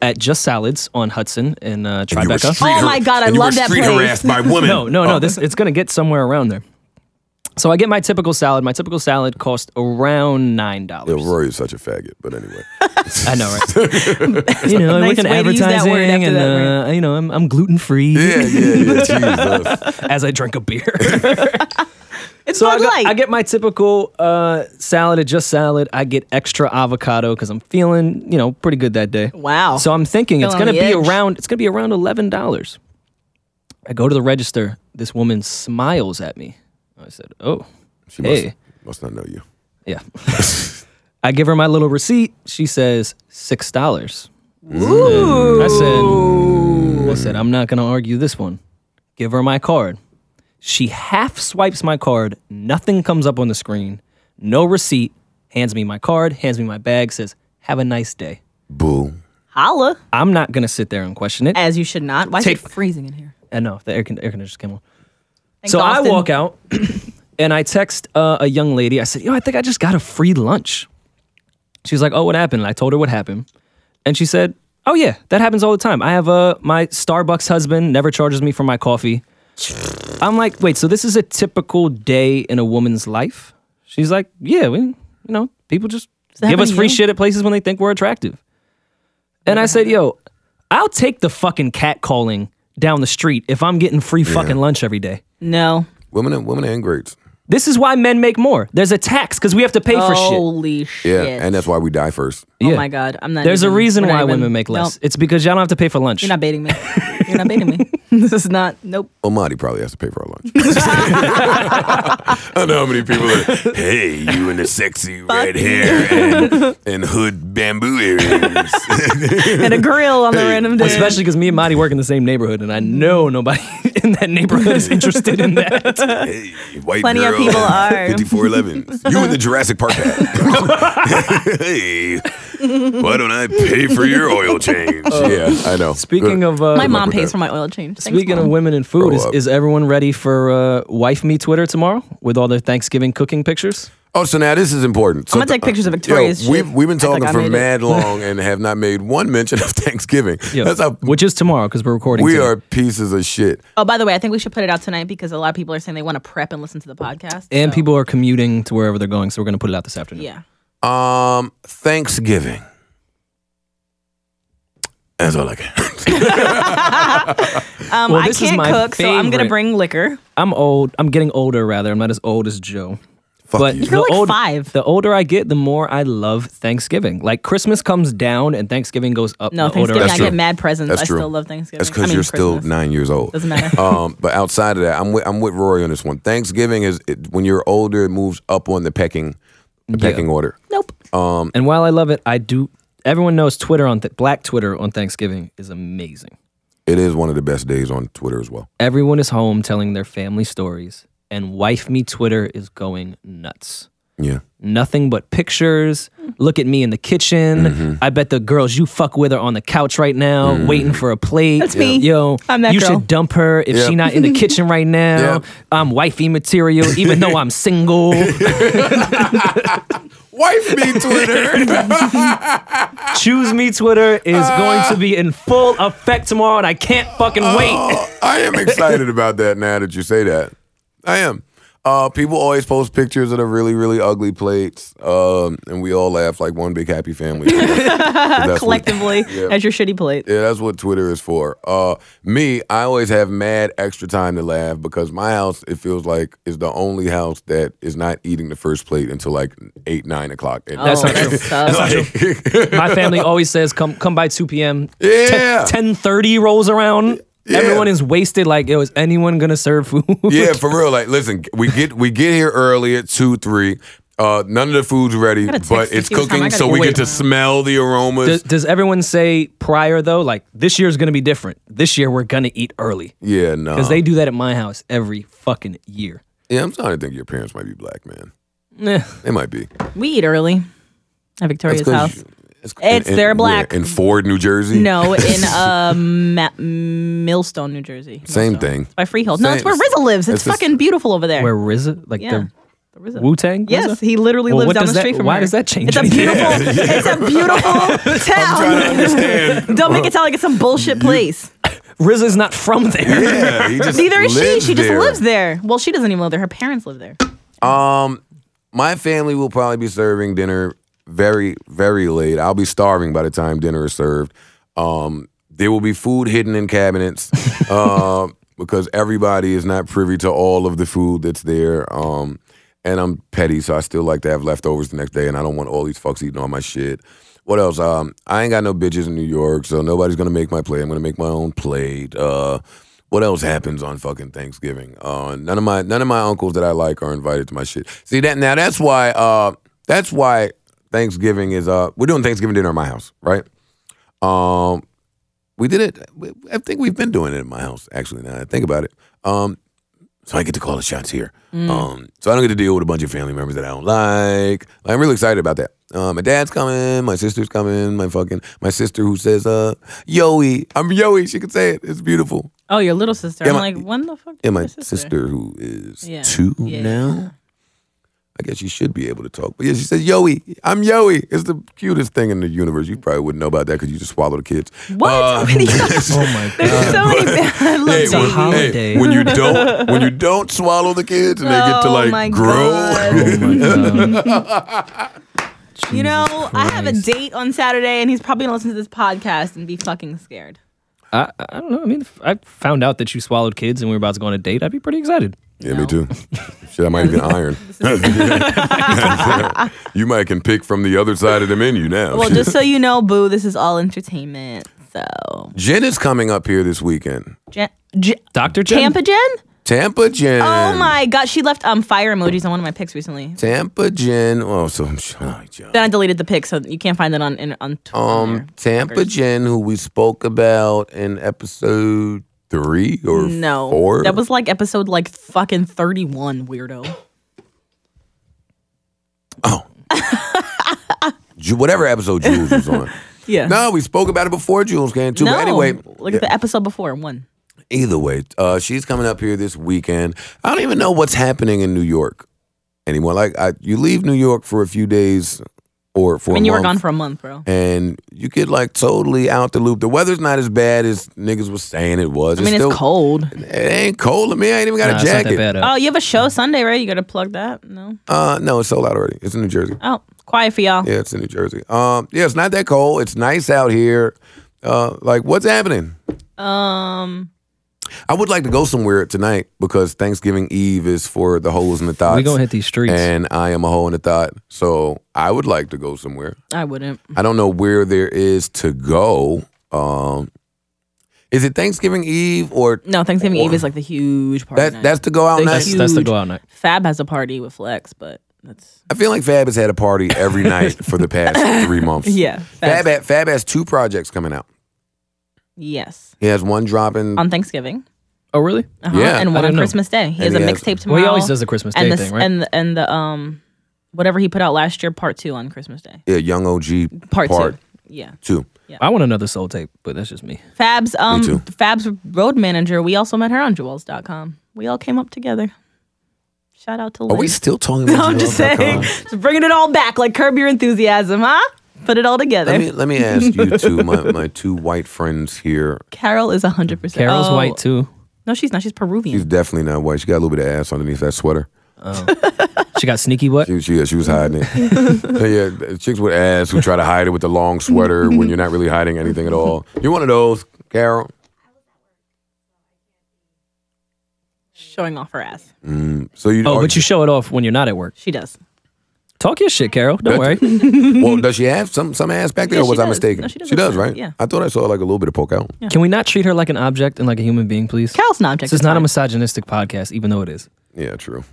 Speaker 4: at Just Salads on Hudson in uh,
Speaker 1: You were
Speaker 4: Tribeca.
Speaker 1: street
Speaker 3: Oh
Speaker 1: har-
Speaker 3: my God, I
Speaker 1: and you were
Speaker 3: love that
Speaker 1: street
Speaker 3: place.
Speaker 1: harassed by women.
Speaker 4: No, no,
Speaker 3: oh,
Speaker 4: no. This it's gonna get somewhere around there. So I get my typical salad. My typical salad cost around nine
Speaker 1: Yeah,
Speaker 4: dollars.
Speaker 1: Rory is such a faggot. But anyway,
Speaker 4: I know, right? you know, I work
Speaker 3: Nice
Speaker 4: in
Speaker 3: way to use that
Speaker 4: advertising,
Speaker 3: word after
Speaker 4: and
Speaker 3: that,
Speaker 4: uh, you know, I'm, I'm gluten free
Speaker 1: yeah, yeah, yeah. Jesus.
Speaker 4: as I drink a beer.
Speaker 3: it's
Speaker 4: so I
Speaker 3: Bud
Speaker 4: got,
Speaker 3: Light.
Speaker 4: I get my typical uh, salad, at just salad. I get extra avocado because I'm feeling, you know, pretty good that day.
Speaker 3: Wow.
Speaker 4: So I'm thinking it's
Speaker 3: Feeling
Speaker 4: gonna
Speaker 3: on
Speaker 4: be
Speaker 3: the edge.
Speaker 4: around. It's gonna be around eleven dollars. I go to the register. This woman smiles at me. I said, "Oh,
Speaker 1: She must,
Speaker 4: hey."
Speaker 1: must not know you.
Speaker 4: Yeah. I give her my little receipt. She says six dollars. I said, I said, I'm not gonna argue this one. Give her my card. She half swipes my card. Nothing comes up on the screen. No receipt. Hands me my card. Hands me my bag. Says, "Have a nice day."
Speaker 1: Boo.
Speaker 3: Holla,
Speaker 4: I'm not gonna sit there and question it.
Speaker 3: as you should not. Why is it
Speaker 4: Take-
Speaker 3: freezing in here?
Speaker 4: And Uh, no, the air, con- air conditioner just came on. so I
Speaker 3: Austin.
Speaker 4: walk out and I text uh, a young lady. I said, Yo, I think I just got a free lunch. She was like, Oh, what happened? And I told her what happened. And she said, Oh, yeah, that happens all the time. I have uh, my Starbucks husband never charges me for my coffee. I'm like, Wait, so this is a typical day in a woman's life? She's like, Yeah, we, you know, people just give
Speaker 3: that happen
Speaker 4: us
Speaker 3: to
Speaker 4: free
Speaker 3: you?
Speaker 4: shit at places when they think we're attractive. And I said, yo, I'll take the fucking catcalling down the street if I'm getting free fucking lunch every day.
Speaker 3: No.
Speaker 1: Women and women and greats.
Speaker 4: This is why men make more. There's a tax because we have to pay for shit.
Speaker 3: Holy shit.
Speaker 1: Yeah, and uh, that's why we die first.
Speaker 3: Oh
Speaker 4: Yeah.
Speaker 3: my god, I'm not.
Speaker 4: There's a
Speaker 3: even-
Speaker 4: reason
Speaker 3: mm-hmm. we're not
Speaker 4: why
Speaker 3: even-
Speaker 4: women make less.
Speaker 3: Nope.
Speaker 4: It's because y'all don't have to pay for lunch.
Speaker 3: You're not baiting me. You're not baiting me. This is not. Nope.
Speaker 1: Omadi probably has to pay for our lunch. I don't know how many people are. Hey, you in the sexy red hair and, and hood bamboo earrings.
Speaker 3: And a grill on the random day.
Speaker 4: Especially because me and Marty work in the same neighborhood, and I know nobody in that neighborhood is interested in that.
Speaker 1: hey, white
Speaker 3: Plenty of
Speaker 1: girl,
Speaker 3: people are.
Speaker 1: Fifty-four eleven. You in the Jurassic Park hat. hey, why don't I pay for your oil change? yeah, I know.
Speaker 4: Oh. Speaking of, uh,
Speaker 3: my mom
Speaker 1: with
Speaker 3: pays
Speaker 1: that.
Speaker 3: for my oil change. Thanks,
Speaker 4: speaking of
Speaker 3: Mom.
Speaker 4: women and food,
Speaker 1: Grow
Speaker 4: is,
Speaker 1: up.
Speaker 4: is everyone ready for uh, wife me Twitter tomorrow with all their Thanksgiving cooking pictures?
Speaker 1: Oh, so now this is important. So
Speaker 3: I'm gonna take pictures of Victoria's
Speaker 1: Yo, we've,
Speaker 3: shit.
Speaker 1: we've been
Speaker 3: Act like
Speaker 1: talking
Speaker 3: I
Speaker 1: for
Speaker 3: made it.
Speaker 1: mad long and have not made one mention of Thanksgiving.
Speaker 4: Yeah,
Speaker 1: That's how
Speaker 4: which is tomorrow because we're recording.
Speaker 1: we
Speaker 4: today.
Speaker 1: are pieces of shit.
Speaker 3: Oh, by the way, I think we should put it out tonight because a lot of people are saying they want to prep and listen to the podcast.
Speaker 4: and
Speaker 3: so-
Speaker 4: people are commuting to wherever they're going, so we're going to put it out this afternoon.
Speaker 3: Yeah.
Speaker 1: Um, Thanksgiving. That's all I can.
Speaker 3: Um,
Speaker 4: Well,
Speaker 3: I
Speaker 4: this is
Speaker 3: can't
Speaker 4: my
Speaker 3: cook, so I'm gonna
Speaker 4: favorite.
Speaker 3: bring liquor.
Speaker 4: I'm old. I'm getting older, rather. I'm not as old as Joe.
Speaker 1: Fuck
Speaker 4: but
Speaker 1: you.
Speaker 3: You're like
Speaker 4: old-
Speaker 3: five.
Speaker 4: The older I get, the more I love Thanksgiving. Like Christmas comes down and Thanksgiving goes up.
Speaker 3: No,
Speaker 4: the older I
Speaker 3: Thanksgiving. I
Speaker 1: That's
Speaker 4: get.
Speaker 1: true.
Speaker 3: get mad presents.
Speaker 1: That's
Speaker 3: I
Speaker 1: true.
Speaker 3: still love Thanksgiving.
Speaker 1: That's
Speaker 3: I
Speaker 1: because
Speaker 3: mean,
Speaker 1: you're still
Speaker 3: Christmas.
Speaker 1: nine years old.
Speaker 3: Doesn't matter.
Speaker 1: um, but outside of that, I'm with, I'm with Rory on this one. Thanksgiving is it, when you're older, it moves up on the pecking, the pecking order.
Speaker 3: Nope.
Speaker 4: And while I love it, I do. Everyone knows Twitter on th- Black Twitter on Thanksgiving is amazing.
Speaker 1: It is one of the best days on Twitter as well.
Speaker 4: Everyone is home telling their family stories, and wife me Twitter is going nuts.
Speaker 1: Yeah.
Speaker 4: nothing but pictures. Look at me in the kitchen.
Speaker 1: Mm-hmm.
Speaker 4: I bet the girls you fuck with are on the couch right now, waiting for a plate. That's
Speaker 3: me.
Speaker 4: Yo,
Speaker 3: I'm that
Speaker 4: you
Speaker 3: girl.
Speaker 4: should dump her if
Speaker 1: Yeah.
Speaker 4: she not in the kitchen right now.
Speaker 1: Yeah.
Speaker 4: I'm wifey material, even though I'm single.
Speaker 1: Wife me Twitter.
Speaker 4: Choose me Twitter is going to be in full effect tomorrow,
Speaker 1: Oh.
Speaker 4: and I can't fucking wait.
Speaker 1: I am excited about that now that you say that. I am. Uh, people always post pictures of the really, really ugly plates, um, and we all laugh like one big happy family. 'Cause that's what-
Speaker 3: collectively as your shitty plate.
Speaker 1: yeah, that's what Twitter is for. Uh, me, I always have mad extra time to laugh because my house, it feels like, is the only house that is not eating the first plate until like eight, nine o'clock. at
Speaker 4: That's
Speaker 1: night.
Speaker 4: not true.
Speaker 3: sucks.
Speaker 4: My family always says, "Come, come by 2 p.m."
Speaker 1: Yeah.
Speaker 4: ten thirty rolls around.
Speaker 1: Yeah.
Speaker 4: Everyone is wasted. Like, yo, is anyone gonna serve food?
Speaker 1: yeah, for real. Like, listen, we get we get here early at two, three. Uh, none of the food's ready,
Speaker 3: gotta text
Speaker 1: but
Speaker 3: the
Speaker 1: it's
Speaker 3: queue time. I
Speaker 1: cooking,
Speaker 3: gotta
Speaker 1: so we
Speaker 3: wait.
Speaker 1: get to smell the aromas.
Speaker 4: does, does everyone say prior though? Like, this year's gonna be different. This year we're gonna eat early
Speaker 1: yeah, no.
Speaker 4: because they do that at my house every fucking year.
Speaker 1: yeah, I'm starting to think your parents might be black, man.
Speaker 4: Eh,
Speaker 1: They might be.
Speaker 3: We eat early at Victoria's house.
Speaker 1: It's,
Speaker 3: It's- they're black.
Speaker 1: in Ford, New Jersey.
Speaker 3: No, in uh, Ma- Millstone, New Jersey.
Speaker 1: Same
Speaker 3: Millstone.
Speaker 1: thing.
Speaker 3: By Freehold. No,
Speaker 1: Same-
Speaker 3: it's where RZA lives. It's,
Speaker 1: it's just-
Speaker 3: fucking beautiful over there.
Speaker 4: where RZA, like
Speaker 3: Yeah.
Speaker 4: the
Speaker 3: RZA.
Speaker 4: Wu Tang.
Speaker 3: Yes, he literally
Speaker 4: Well,
Speaker 3: lives
Speaker 4: what
Speaker 3: down
Speaker 4: does
Speaker 3: the
Speaker 4: that-
Speaker 3: street from
Speaker 4: why
Speaker 3: her.
Speaker 4: does that change
Speaker 3: It's a
Speaker 4: anything?
Speaker 3: beautiful, it's a beautiful
Speaker 1: Trying to
Speaker 3: town.
Speaker 1: understand.
Speaker 3: Don't make it sound like it's some bullshit place.
Speaker 4: RZA's not from there.
Speaker 1: Yeah, he just
Speaker 3: Neither is she.
Speaker 1: lives
Speaker 3: She just
Speaker 1: there.
Speaker 3: lives there. Well, she doesn't even live there. Her parents live there.
Speaker 1: Um, my family will probably be serving dinner very, very late. I'll be starving by the time dinner is served. Um, there will be food hidden in cabinets uh, because everybody is not privy to all of the food that's there. Um, and I'm petty, so I still like to have leftovers the next day, and I don't want all these fucks eating all my shit. What else? Um, I ain't got no bitches in New York, so nobody's gonna make my plate. I'm gonna make my own plate. Uh, what else happens on fucking Thanksgiving? Uh, none of my none of my uncles that I like are invited to my shit. See that now? That's why. Uh, that's why Thanksgiving is. Uh, we're doing Thanksgiving dinner at my house, right? Um, we did it. we- I think we've been doing it at my house actually. Now that I think about it. Um, so I get to call the shots here. Um, so I don't get to deal with a bunch of family members that I don't like. I'm really excited about that. Uh, my dad's coming, my sister's coming, my fucking my sister who says, "Uh, Yoey, I'm Yoey." She can say it. It's beautiful.
Speaker 3: Oh, your little sister.
Speaker 1: Yeah,
Speaker 3: I'm
Speaker 1: my-
Speaker 3: like, when the fuck? did
Speaker 1: Yeah, my
Speaker 3: your
Speaker 1: sister, who is
Speaker 3: Yeah.
Speaker 1: two
Speaker 3: Yeah.
Speaker 1: now. I guess she should be able to talk. But yeah, she says, Yoey, I'm Yoey. It's the cutest thing in the universe. You probably wouldn't know about that because you just swallow the kids.
Speaker 3: What?
Speaker 1: Uh,
Speaker 3: What are you-
Speaker 4: Oh my god.
Speaker 3: There's so many. I love
Speaker 1: Hey,
Speaker 4: It's a
Speaker 1: when,
Speaker 3: babies.
Speaker 4: holiday.
Speaker 1: hey, when you don't when you don't swallow the kids and they get to
Speaker 3: Oh
Speaker 1: like
Speaker 3: my
Speaker 1: grow.
Speaker 3: God.
Speaker 4: Oh my god.
Speaker 3: You know, I have a
Speaker 4: Christ.
Speaker 3: date on Saturday, and he's probably gonna listen to this podcast and be fucking scared.
Speaker 4: I, I don't know. I mean, if I found out that you swallowed kids and we were about to go on a date, I'd be pretty excited.
Speaker 1: yeah, me too. Shit, I might even iron. you might can pick from the other side of the menu now.
Speaker 3: Well, just so you know, Boo, this is all entertainment. So,
Speaker 1: Jen is coming up here this weekend.
Speaker 3: Jen, Jen,
Speaker 4: Dr. Jen.
Speaker 3: Tampa Jen?
Speaker 1: Tampa Jen.
Speaker 3: Oh my god, she left um fire emojis on one of my pics recently.
Speaker 1: Tampa Jen. Oh, so I'm shy, John.
Speaker 3: Then I deleted the pic, so you can't find it on in, on Twitter.
Speaker 1: Um, Tampa Jen, who we spoke about in episode three or
Speaker 3: no,
Speaker 1: four.
Speaker 3: that was like episode like fucking thirty one, weirdo.
Speaker 1: Oh. Ju- whatever episode Jules was on.
Speaker 3: Yeah.
Speaker 1: No, we spoke about it before Jules came too.
Speaker 3: No.
Speaker 1: But anyway,
Speaker 3: look at the episode before one.
Speaker 1: either way, uh, she's coming up here this weekend. I don't even know what's happening in New York anymore. Like, I, you leave New York for a few days or for
Speaker 3: I mean,
Speaker 1: a
Speaker 3: you were
Speaker 1: month.
Speaker 3: gone for a month, bro.
Speaker 1: and you get like totally out the loop. The weather's not as bad as niggas was saying it was.
Speaker 3: I mean,
Speaker 1: still,
Speaker 3: it's cold.
Speaker 1: It ain't cold to me. I ain't even got
Speaker 4: Nah,
Speaker 1: a
Speaker 4: it's not that
Speaker 1: jacket.
Speaker 4: bad.
Speaker 3: Oh,
Speaker 4: uh,
Speaker 3: you have a show Sunday, right? You gotta plug that. No.
Speaker 1: Uh, no, it's sold out already. It's in New Jersey.
Speaker 3: Oh, quiet for y'all.
Speaker 1: Yeah, it's in New Jersey. Um, yeah, it's not that cold. It's nice out here. Uh, like what's happening?
Speaker 3: Um,
Speaker 1: I would like to go somewhere tonight because Thanksgiving Eve is for the holes and the thoughts.
Speaker 4: we gonna hit these streets.
Speaker 1: Uh, and I am a hole in the thought. So I would like to go somewhere.
Speaker 3: I wouldn't.
Speaker 1: I don't know where there is to go. Um, is it Thanksgiving Eve or
Speaker 3: No, Thanksgiving Eve is like the huge party.
Speaker 1: that,
Speaker 3: night.
Speaker 1: that's to go out
Speaker 3: Thank
Speaker 1: night?
Speaker 4: that's, that's the
Speaker 3: huge.
Speaker 4: go out night.
Speaker 3: Fab has a party with Flex, but that's
Speaker 1: I feel like Fab has had a party every night for the past three months.
Speaker 3: yeah.
Speaker 1: Fab,
Speaker 3: Fab.
Speaker 1: ha- Fab has two projects coming out.
Speaker 3: Yes,
Speaker 1: He has one dropping.
Speaker 3: on Thanksgiving.
Speaker 4: Oh really?
Speaker 3: Uh-huh.
Speaker 1: Yeah,
Speaker 3: and
Speaker 4: I
Speaker 3: one on
Speaker 4: didn't know.
Speaker 3: Christmas Day. He
Speaker 1: And
Speaker 3: has a
Speaker 1: he has-
Speaker 3: mixtape tomorrow.
Speaker 4: Well, he always does the Christmas Day
Speaker 3: and the
Speaker 4: thing, right?
Speaker 3: and the, and the um whatever he put out last year, part two on Christmas Day.
Speaker 1: yeah, Young OG
Speaker 3: Part,
Speaker 1: part
Speaker 3: two. Yeah,
Speaker 1: two.
Speaker 4: I want another soul tape, but that's just me.
Speaker 3: Fab's
Speaker 1: too.
Speaker 3: um Fab's road manager. We also met her on Jewels.com. We all came up together. Shout out to.
Speaker 1: Are we
Speaker 3: Lynn.
Speaker 1: still talking about
Speaker 3: I'm just
Speaker 1: Gmail.com?
Speaker 3: saying, just bringing it all back, like curb your enthusiasm, huh? Put it all together.
Speaker 1: Let me let me ask you two, my, my two white friends here.
Speaker 3: Carol is hundred percent. Oh.
Speaker 4: Carol's white too.
Speaker 3: No, she's not. She's Peruvian.
Speaker 1: She's definitely not white. She got a little bit of ass underneath that sweater.
Speaker 4: Um, she got sneaky what?
Speaker 1: She, she, yeah, she was hiding it. yeah, chicks with ass who try to hide it with the long sweater when you're not really hiding anything at all. You're one of those, Carol.
Speaker 3: Showing off her ass.
Speaker 1: So you.
Speaker 4: Oh,
Speaker 1: are-
Speaker 4: but you show it off when you're not at work.
Speaker 3: She does.
Speaker 4: Talk your shit, Carol. Don't worry.
Speaker 1: That's- Well, does she have some some ass back there,
Speaker 3: Mm-hmm. Yeah,
Speaker 1: or was
Speaker 3: she
Speaker 1: I
Speaker 3: does.
Speaker 1: mistaken?
Speaker 3: No, she does
Speaker 1: she does,
Speaker 3: have-
Speaker 1: right?
Speaker 3: yeah.
Speaker 1: I thought I saw like a little bit of poke out.
Speaker 4: Can we not treat her like an object and like a human being, please?
Speaker 3: Carol's an object.
Speaker 4: This is
Speaker 3: it's
Speaker 4: not a
Speaker 3: fine.
Speaker 4: misogynistic podcast, even though it is.
Speaker 1: Yeah, true.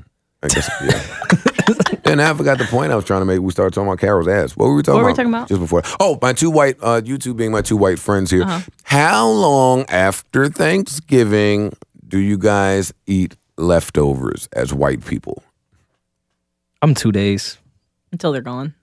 Speaker 1: I guess. Yeah. and I forgot the point I was trying to make. We started talking about Carol's ass. What were we talking
Speaker 3: What
Speaker 1: about?
Speaker 3: were we talking about?
Speaker 1: Just before. Oh, my two white. Uh, you two being my two white friends here.
Speaker 3: Uh-huh.
Speaker 1: How long after Thanksgiving do you guys eat leftovers as white people?
Speaker 4: I'm two days.
Speaker 3: until they're gone.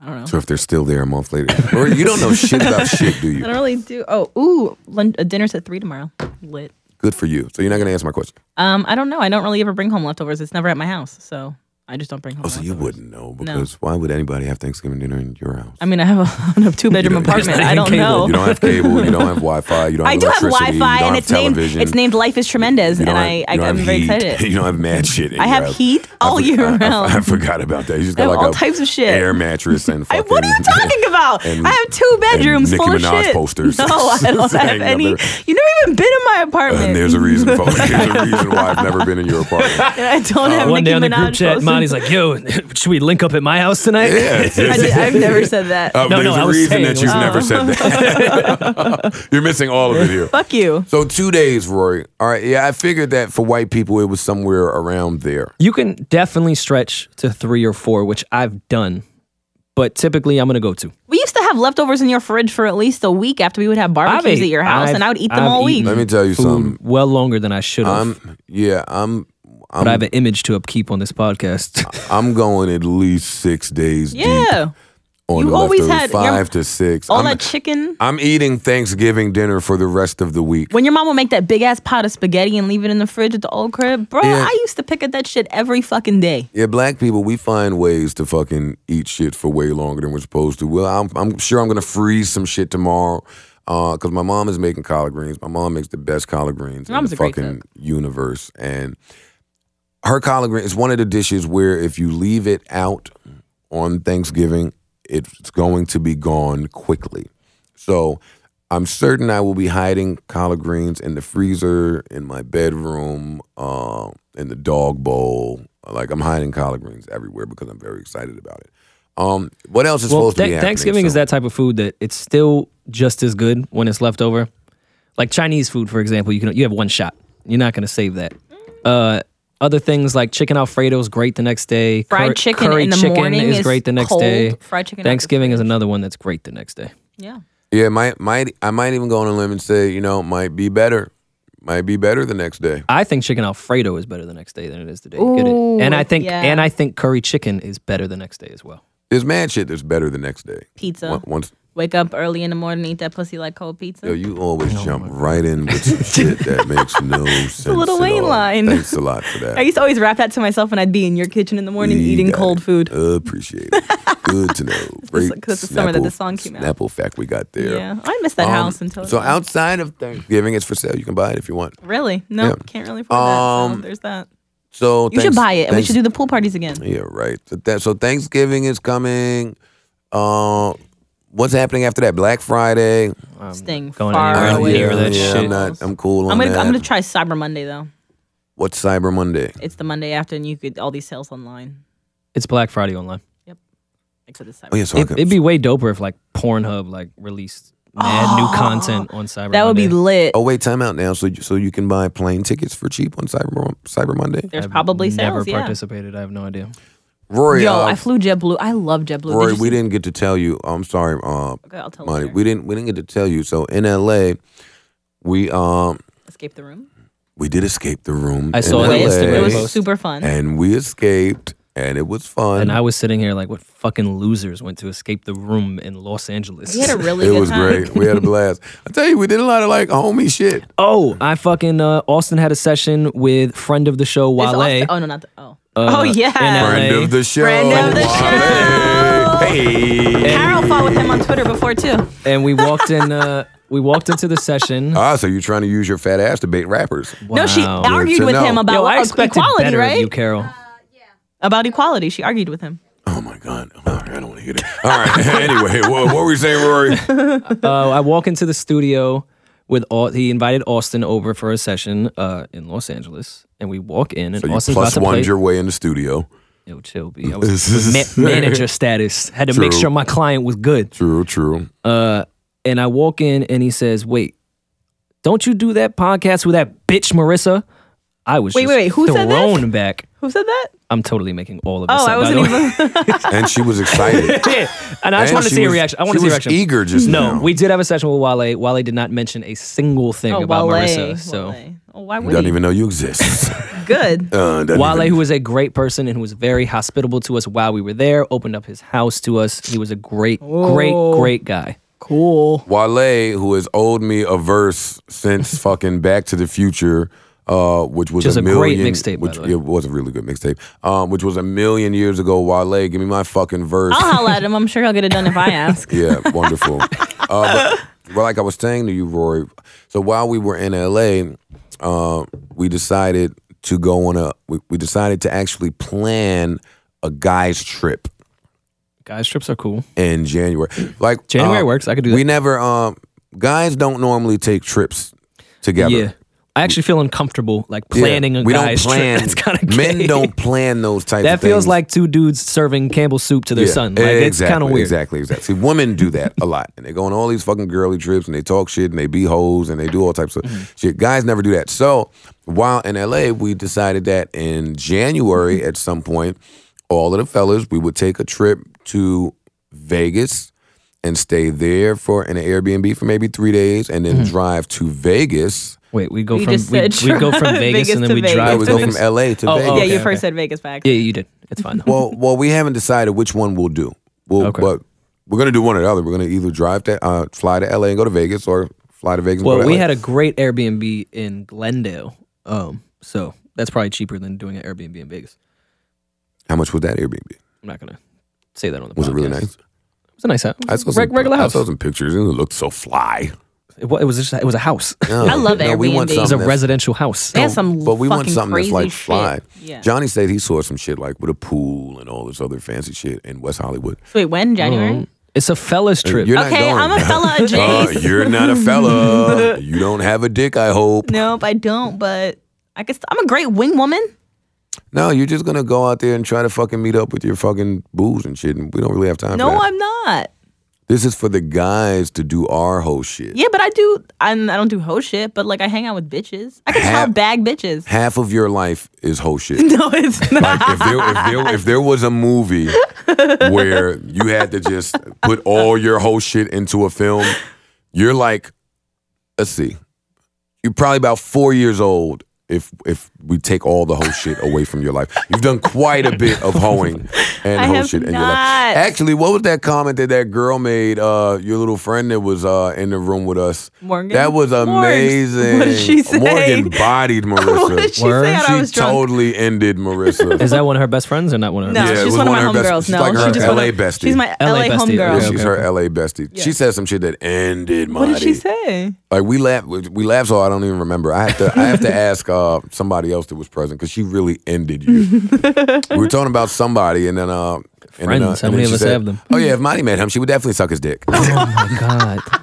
Speaker 3: I don't know.
Speaker 1: So if they're still there a month later, or you don't know shit about shit, do
Speaker 3: I
Speaker 1: you?
Speaker 3: don't really do. Oh, ooh, lun- uh, dinner's at three tomorrow. Lit.
Speaker 1: Good for you. So you're not gonna answer my question.
Speaker 3: Um, I don't know. I don't really ever bring home leftovers. It's never at my house, so I just don't bring home.
Speaker 1: Oh, so you
Speaker 3: leftovers.
Speaker 1: wouldn't know because why would anybody have Thanksgiving dinner in your house?
Speaker 3: I mean, I have a, two bedroom apartment. I don't
Speaker 4: cable.
Speaker 3: know.
Speaker 1: You don't have cable. You don't have Wi-Fi. You don't. Have
Speaker 3: I do have
Speaker 1: electricity,
Speaker 3: Wi-Fi,
Speaker 1: you don't
Speaker 3: and
Speaker 1: have
Speaker 3: it's named
Speaker 1: television.
Speaker 3: it's named Life is Tremendous,
Speaker 1: You
Speaker 3: and
Speaker 1: don't
Speaker 3: I,
Speaker 1: have-
Speaker 3: I
Speaker 1: you don't
Speaker 3: I'm
Speaker 1: have
Speaker 3: very
Speaker 1: heat.
Speaker 3: excited.
Speaker 1: You don't have mad shit. in
Speaker 3: I
Speaker 1: your
Speaker 3: have
Speaker 1: house.
Speaker 3: heat
Speaker 1: I
Speaker 3: all
Speaker 1: for-
Speaker 3: year
Speaker 1: I- I-
Speaker 3: round.
Speaker 1: I, forgot about that. You just got
Speaker 3: I have
Speaker 1: like
Speaker 3: all
Speaker 1: a
Speaker 3: types of shit.
Speaker 1: air mattress and
Speaker 3: I,
Speaker 1: fucking.
Speaker 3: what are you talking about?
Speaker 1: and-
Speaker 3: I have two bedrooms
Speaker 1: and Nicki
Speaker 3: full of
Speaker 1: Minaj
Speaker 3: shit.
Speaker 1: posters.
Speaker 3: No, I don't have
Speaker 1: Hanging up
Speaker 3: any.
Speaker 1: there.
Speaker 3: You've never even been in my apartment.
Speaker 1: And there's a reason for it. There's a reason why I've never been in your apartment.
Speaker 3: And I don't have
Speaker 4: Uh, One day
Speaker 3: Nicki
Speaker 4: on the
Speaker 3: Minaj
Speaker 4: group chat,
Speaker 3: posters.
Speaker 4: Monty's like, "Yo, should we link up at my house tonight?"
Speaker 1: Yeah. it's
Speaker 3: I
Speaker 1: just-
Speaker 3: did, I've never said that.
Speaker 1: uh,
Speaker 4: No, no,
Speaker 1: there's
Speaker 4: I
Speaker 1: a
Speaker 4: was
Speaker 1: reason
Speaker 4: saying,
Speaker 1: that you've
Speaker 4: like-
Speaker 1: never said that. You're missing all of it here.
Speaker 3: Fuck you.
Speaker 1: So two days, Rory. All right. Yeah, I figured that for white people it was somewhere around there.
Speaker 4: You can definitely stretch to three or four, which I've done, but typically I'm gonna go two.
Speaker 3: We used to have leftovers in your fridge for at least a week after we would have barbecues
Speaker 4: ate-
Speaker 3: at your house,
Speaker 4: I've-
Speaker 3: and I would eat them
Speaker 4: I've
Speaker 3: all week.
Speaker 4: eaten-
Speaker 1: Let me tell you something.
Speaker 4: Food well longer than I should have,
Speaker 1: I'm yeah, I'm I'm
Speaker 4: but I have an image to upkeep on this podcast.
Speaker 1: I'm going at least six days deep
Speaker 3: Yeah,
Speaker 1: on
Speaker 3: You
Speaker 1: the
Speaker 3: always
Speaker 1: leftovers,
Speaker 3: had- your-
Speaker 1: five to six.
Speaker 3: all
Speaker 1: I'm,
Speaker 3: that chicken.
Speaker 1: I'm eating Thanksgiving dinner for the rest of the week.
Speaker 3: When your mom would make that big ass pot of spaghetti and leave it in the fridge at the old crib, bro,
Speaker 1: Yeah.
Speaker 3: I used to pick at that shit every fucking day.
Speaker 1: Yeah, black people, we find ways to fucking eat shit for way longer than we're supposed to. Well, I'm, I'm sure I'm gonna freeze some shit tomorrow. Because my mom is making collard greens. My mom makes the best collard greens
Speaker 3: Your mom's
Speaker 1: in the
Speaker 3: a great
Speaker 1: fucking universe. And her collard green is one of the dishes where if you leave it out on Thanksgiving, it's going to be gone quickly. So I'm certain I will be hiding collard greens in the freezer, in my bedroom, uh, in the dog bowl. Like I'm hiding collard greens everywhere because I'm very excited about it. Um, what else is
Speaker 4: well,
Speaker 1: supposed to be
Speaker 4: Tha-
Speaker 1: happening?
Speaker 4: Thanksgiving is
Speaker 1: So-
Speaker 4: that type of food that it's still just as good when it's left over. Like Chinese food, for example, you can you have one shot. You're not gonna save that. Uh, other things like chicken Alfredo is great the next day.
Speaker 3: Fried
Speaker 4: Curry-
Speaker 3: chicken
Speaker 4: curry
Speaker 3: in the
Speaker 4: chicken
Speaker 3: morning
Speaker 4: is
Speaker 3: is
Speaker 4: great the next
Speaker 3: cold.
Speaker 4: day.
Speaker 3: Fried chicken out the
Speaker 4: Thanksgiving is another one that's great the next day.
Speaker 3: Yeah.
Speaker 1: Yeah, might might I might even go on a limb and say you know might be better, might be better the next day.
Speaker 4: I think chicken Alfredo is better the next day than it is the day you get
Speaker 3: Ooh,
Speaker 4: it. And I think
Speaker 3: yeah.
Speaker 4: and I think curry chicken is better the next day as well.
Speaker 1: There's mad shit that's better the next day.
Speaker 3: Pizza.
Speaker 1: Once- Once
Speaker 3: Wake up early in the morning, eat that pussy like cold pizza.
Speaker 1: Yo, you always
Speaker 3: Oh
Speaker 1: jump right in with some shit that makes no sense.
Speaker 3: a little
Speaker 1: at
Speaker 3: Wayne
Speaker 1: all.
Speaker 3: line.
Speaker 1: Thanks a lot for that.
Speaker 3: I used to always rap that to myself when I'd be in your kitchen in the morning
Speaker 1: You
Speaker 3: eating
Speaker 1: got
Speaker 3: cold
Speaker 1: it.
Speaker 3: food.
Speaker 1: Appreciate it. Good to know. Great
Speaker 3: that's the summer that the song came out.
Speaker 1: Snapple fact we got there.
Speaker 3: Yeah, I missed that
Speaker 1: Um,
Speaker 3: house until
Speaker 1: so outside of Thanksgiving, it's for sale. You can buy it if you want.
Speaker 3: really no,
Speaker 1: Yeah.
Speaker 3: can't really afford that.
Speaker 1: Um,
Speaker 3: So there's that.
Speaker 1: So
Speaker 3: You should buy it, and we should do the pool parties again.
Speaker 1: Yeah, right. So, that, so Thanksgiving is coming. Uh, what's happening after that? Black Friday.
Speaker 3: Sting
Speaker 4: going
Speaker 3: far
Speaker 4: anywhere
Speaker 3: away.
Speaker 1: yeah,
Speaker 4: near that
Speaker 1: Uh, yeah,
Speaker 4: shit.
Speaker 1: I'm not. I'm cool on
Speaker 3: I'm gonna
Speaker 1: that.
Speaker 3: I'm gonna try Cyber Monday though.
Speaker 1: what's Cyber Monday?
Speaker 3: It's the Monday after, and you get all these sales online.
Speaker 4: It's Black Friday online.
Speaker 3: Except it's Cyber.
Speaker 1: Oh yeah, so I
Speaker 4: It,
Speaker 1: could-
Speaker 4: would be way doper if like Pornhub like released mad new content on Cyber.
Speaker 3: Oh, That would be
Speaker 4: Monday.
Speaker 3: lit.
Speaker 1: Oh wait, time out now. So you- so you can buy plane tickets for cheap on Cyber Cyber Monday.
Speaker 3: There's probably
Speaker 4: never
Speaker 3: sales. Yeah.
Speaker 4: participated. I have no idea.
Speaker 1: Rory,
Speaker 3: Yo,
Speaker 1: uh,
Speaker 3: I flew JetBlue. I love JetBlue.
Speaker 1: Rory,
Speaker 3: Did you
Speaker 1: we
Speaker 3: see-
Speaker 1: didn't get to tell you. I'm sorry, uh,
Speaker 3: Okay, I'll tell you.
Speaker 1: Monty.
Speaker 3: later.
Speaker 1: We didn't we didn't get to tell you. So in LA, we um
Speaker 3: Escape the room.
Speaker 1: we did escape the room.
Speaker 4: I
Speaker 1: in
Speaker 4: saw it on
Speaker 1: LA,
Speaker 4: Instagram
Speaker 3: It was
Speaker 4: post.
Speaker 3: super fun.
Speaker 1: and we escaped, and it was fun.
Speaker 4: And I was sitting here like, what fucking losers went to escape the room in Los Angeles?
Speaker 3: We had a really
Speaker 1: it
Speaker 3: good
Speaker 1: was
Speaker 3: time.
Speaker 1: great. We had a blast. I tell you, we did a lot of like homie shit.
Speaker 4: oh, I fucking uh, Austin had a session with friend of the show
Speaker 3: There's
Speaker 4: Wale.
Speaker 3: also- oh no, not the, oh.
Speaker 4: uh,
Speaker 3: oh yeah.
Speaker 4: in LA.
Speaker 1: Friend of the show.
Speaker 3: Friend of the
Speaker 1: Wale.
Speaker 3: show.
Speaker 1: Hey,
Speaker 3: Carol fought with him on Twitter before too.
Speaker 4: and we walked in. Uh, we walked into the session.
Speaker 1: Ah, so you're trying to use your fat ass to bait rappers.
Speaker 3: No, she
Speaker 4: Wow.
Speaker 1: Good
Speaker 3: argued
Speaker 1: to
Speaker 3: with him
Speaker 1: know.
Speaker 3: about
Speaker 4: Yo, I
Speaker 3: uh,
Speaker 4: expected
Speaker 3: equality,
Speaker 4: better
Speaker 3: right?
Speaker 4: of you, Carol.
Speaker 3: About equality, she argued with him.
Speaker 1: Oh my god. All right, I don't want to hear that. All right. anyway, what, what were you saying, Rory?
Speaker 4: uh, I walk into the studio with all. He invited Austin over for a session uh, in Los Angeles, and we walk in, and
Speaker 1: So you
Speaker 4: Austin's
Speaker 1: plus
Speaker 4: about to play.
Speaker 1: one your way in the studio.
Speaker 4: Yo, chill, B. I was ma- manager status. Had to make
Speaker 1: True.
Speaker 4: sure my client was good.
Speaker 1: True, true.
Speaker 4: Uh, and I walk in, and he says, "Wait, don't you do that podcast with that bitch Marissa?" I was
Speaker 3: Wait,
Speaker 4: just
Speaker 3: wait, wait, who said that?
Speaker 4: thrown back.
Speaker 3: Who said that?
Speaker 4: I'm totally making all of this.
Speaker 3: Oh,
Speaker 4: up,
Speaker 3: I
Speaker 4: by
Speaker 3: wasn't
Speaker 4: the way.
Speaker 3: even.
Speaker 1: And she was excited.
Speaker 4: yeah, and I just
Speaker 1: And
Speaker 4: want to
Speaker 1: she
Speaker 4: see a
Speaker 1: was-
Speaker 4: reaction. I
Speaker 1: she
Speaker 4: want to see a
Speaker 1: was
Speaker 4: reaction.
Speaker 1: eager just
Speaker 4: no.
Speaker 1: now.
Speaker 4: We did have a session with Wale. Wale did not mention a single thing
Speaker 3: Oh,
Speaker 4: about
Speaker 3: Wale,
Speaker 4: Marissa. So
Speaker 3: Wale. Oh, why would
Speaker 1: Doesn't
Speaker 3: he?
Speaker 1: even know you exist.
Speaker 3: Good.
Speaker 1: Uh, doesn't
Speaker 4: Wale,
Speaker 1: even-
Speaker 4: who was a great person and who was very hospitable to us while we were there, opened up his house to us. He was a great, great, great guy.
Speaker 5: Cool.
Speaker 1: Wale, who has owed me a verse since fucking Back to the Future, uh, which was
Speaker 4: Which is
Speaker 1: a
Speaker 4: a great
Speaker 1: million
Speaker 4: mixtape, by
Speaker 1: which
Speaker 4: the way.
Speaker 1: it was a really good mixtape, um, which was a million years ago. Wale, give me my fucking verse.
Speaker 3: I'll holla at him. I'm sure he'll get it done if I ask.
Speaker 1: Yeah, wonderful. uh, but, well, like I was saying to you, Rory. So while we were in LA, uh, we decided to go on a. We, we decided to actually plan a guys trip
Speaker 4: Guys, trips are cool.
Speaker 1: in January. Like
Speaker 4: January
Speaker 1: uh,
Speaker 4: works. I could do
Speaker 1: We
Speaker 4: that.
Speaker 1: never. Um, guys don't normally take trips together.
Speaker 4: yeah. I actually feel uncomfortable like
Speaker 1: Yeah.
Speaker 4: planning a
Speaker 1: we
Speaker 4: guy's
Speaker 1: don't plan.
Speaker 4: trip. That's kind of
Speaker 1: men don't plan those types.
Speaker 4: That
Speaker 1: of things.
Speaker 4: feels like two dudes serving Campbell's soup to their
Speaker 1: Yeah,
Speaker 4: son. Like it's
Speaker 1: exactly,
Speaker 4: kind of weird.
Speaker 1: Exactly, exactly. See, women do that a lot, and they go on all these fucking girly trips, and they talk shit, and they be hoes, and they do all types of
Speaker 4: Mm-hmm.
Speaker 1: shit. Guys never do that. So while in LA, we decided that in January
Speaker 4: Mm-hmm.
Speaker 1: at some point, all of the fellas we would take a trip to Vegas and stay there for in an Airbnb for maybe three days, and
Speaker 4: Mm-hmm.
Speaker 1: then drive to Vegas.
Speaker 4: Wait, we go
Speaker 3: You
Speaker 4: from
Speaker 3: just
Speaker 4: we,
Speaker 3: said
Speaker 4: we go from Vegas,
Speaker 3: Vegas
Speaker 4: and then
Speaker 3: to
Speaker 4: we
Speaker 3: Vegas.
Speaker 4: drive.
Speaker 1: I
Speaker 3: No,
Speaker 1: would
Speaker 4: to
Speaker 1: go from
Speaker 4: Vegas.
Speaker 1: LA to
Speaker 4: Oh, oh,
Speaker 1: Vegas.
Speaker 3: yeah, you
Speaker 4: okay,
Speaker 3: first
Speaker 4: okay.
Speaker 3: said Vegas back.
Speaker 4: Yeah, you did. It's fine. though.
Speaker 1: well, well, we haven't decided which one we'll do. We'll,
Speaker 4: Okay.
Speaker 1: but we're gonna do one or the other. We're gonna either drive to uh, fly to LA and go to Vegas, or fly to Vegas. and go
Speaker 4: Well,
Speaker 1: to
Speaker 4: we
Speaker 1: LA.
Speaker 4: had a great Airbnb in Glendale, um, so that's probably cheaper than doing an Airbnb in Vegas.
Speaker 1: how much was that Airbnb?
Speaker 4: I'm not gonna say that on the.
Speaker 1: Was it really
Speaker 4: podcast.
Speaker 1: nice?
Speaker 4: It was a nice house. It
Speaker 1: I
Speaker 4: was
Speaker 1: saw
Speaker 4: a
Speaker 1: some,
Speaker 4: reg- regular
Speaker 1: I
Speaker 4: house.
Speaker 1: saw some pictures. It looked so fly.
Speaker 4: It wa- it was just it was a house. It
Speaker 1: No,
Speaker 3: I love
Speaker 1: no, We want
Speaker 4: was
Speaker 3: Airbnb. It
Speaker 4: a
Speaker 1: something that's-
Speaker 4: residential house.
Speaker 3: They have some
Speaker 1: but we want
Speaker 3: fucking
Speaker 1: something that's
Speaker 3: crazy
Speaker 1: like
Speaker 3: shit.
Speaker 1: fly.
Speaker 3: Yeah.
Speaker 1: Johnny said he saw some shit like with a pool and all this other fancy shit in West Hollywood.
Speaker 3: Wait, when
Speaker 4: Oh.
Speaker 3: January?
Speaker 4: mm, It's a fellas trip.
Speaker 1: You're not
Speaker 3: Okay,
Speaker 1: going.
Speaker 3: I'm a fella,
Speaker 1: Uh,
Speaker 3: Jace.
Speaker 1: you're not a fella. you don't have a dick. I hope.
Speaker 3: nope, I don't. But I guess I'm a great wing woman.
Speaker 1: No, you're just gonna go out there and try to fucking meet up with your fucking booze and shit. And we don't really have time. for
Speaker 3: No,
Speaker 1: that.
Speaker 3: I'm not.
Speaker 1: This is for the guys to do our whole shit.
Speaker 3: Yeah, but I do. I'm, I don't do hoe shit, but like I hang out with bitches. I can
Speaker 1: Half-
Speaker 3: tell bag bitches.
Speaker 1: Half of your life is whole shit.
Speaker 3: No, it's not.
Speaker 1: Like if there, if there if there was a movie where you had to just put all your whole shit into a film, you're like, let's see, you're probably about four years old. If if we take all the whole shit away from your life, you've done quite a bit of hoeing and
Speaker 3: I
Speaker 1: whole
Speaker 3: have
Speaker 1: shit in your life.
Speaker 3: not.
Speaker 1: Actually, what was that comment that that girl made? Uh, your little friend that was uh, in the room with us.
Speaker 3: Morgan?
Speaker 1: That was
Speaker 3: Morgs.
Speaker 1: amazing.
Speaker 3: What did she say?
Speaker 1: Morgan bodied Marissa.
Speaker 3: What did she say
Speaker 4: Word?
Speaker 3: when I was drunk?
Speaker 1: totally ended Marissa.
Speaker 4: Is that one of her best friends or not one of her?
Speaker 3: No,
Speaker 1: Yeah, it was
Speaker 3: she's one of
Speaker 1: one
Speaker 3: my
Speaker 1: of her best-
Speaker 3: homegirls.
Speaker 1: she's
Speaker 3: No,
Speaker 1: like her
Speaker 3: she's just one
Speaker 1: LA
Speaker 3: of,
Speaker 1: bestie.
Speaker 3: She's my
Speaker 4: LA
Speaker 3: LA,
Speaker 4: bestie,
Speaker 1: Yeah,
Speaker 3: homegirl.
Speaker 4: okay.
Speaker 1: she's her LA bestie. She said some shit that ended my
Speaker 3: What did she say?
Speaker 1: Like we laughed, we we laughed so I don't even remember. I have to, I have to ask uh, somebody else that was present because she really ended you. we were talking about somebody, and then uh, and then, uh,
Speaker 4: Friends, how
Speaker 1: and then
Speaker 4: many of
Speaker 1: she
Speaker 4: us
Speaker 1: said,
Speaker 4: have them?
Speaker 1: Oh yeah, if Monty met him, she would definitely suck his dick. That's
Speaker 4: Oh my god.
Speaker 1: what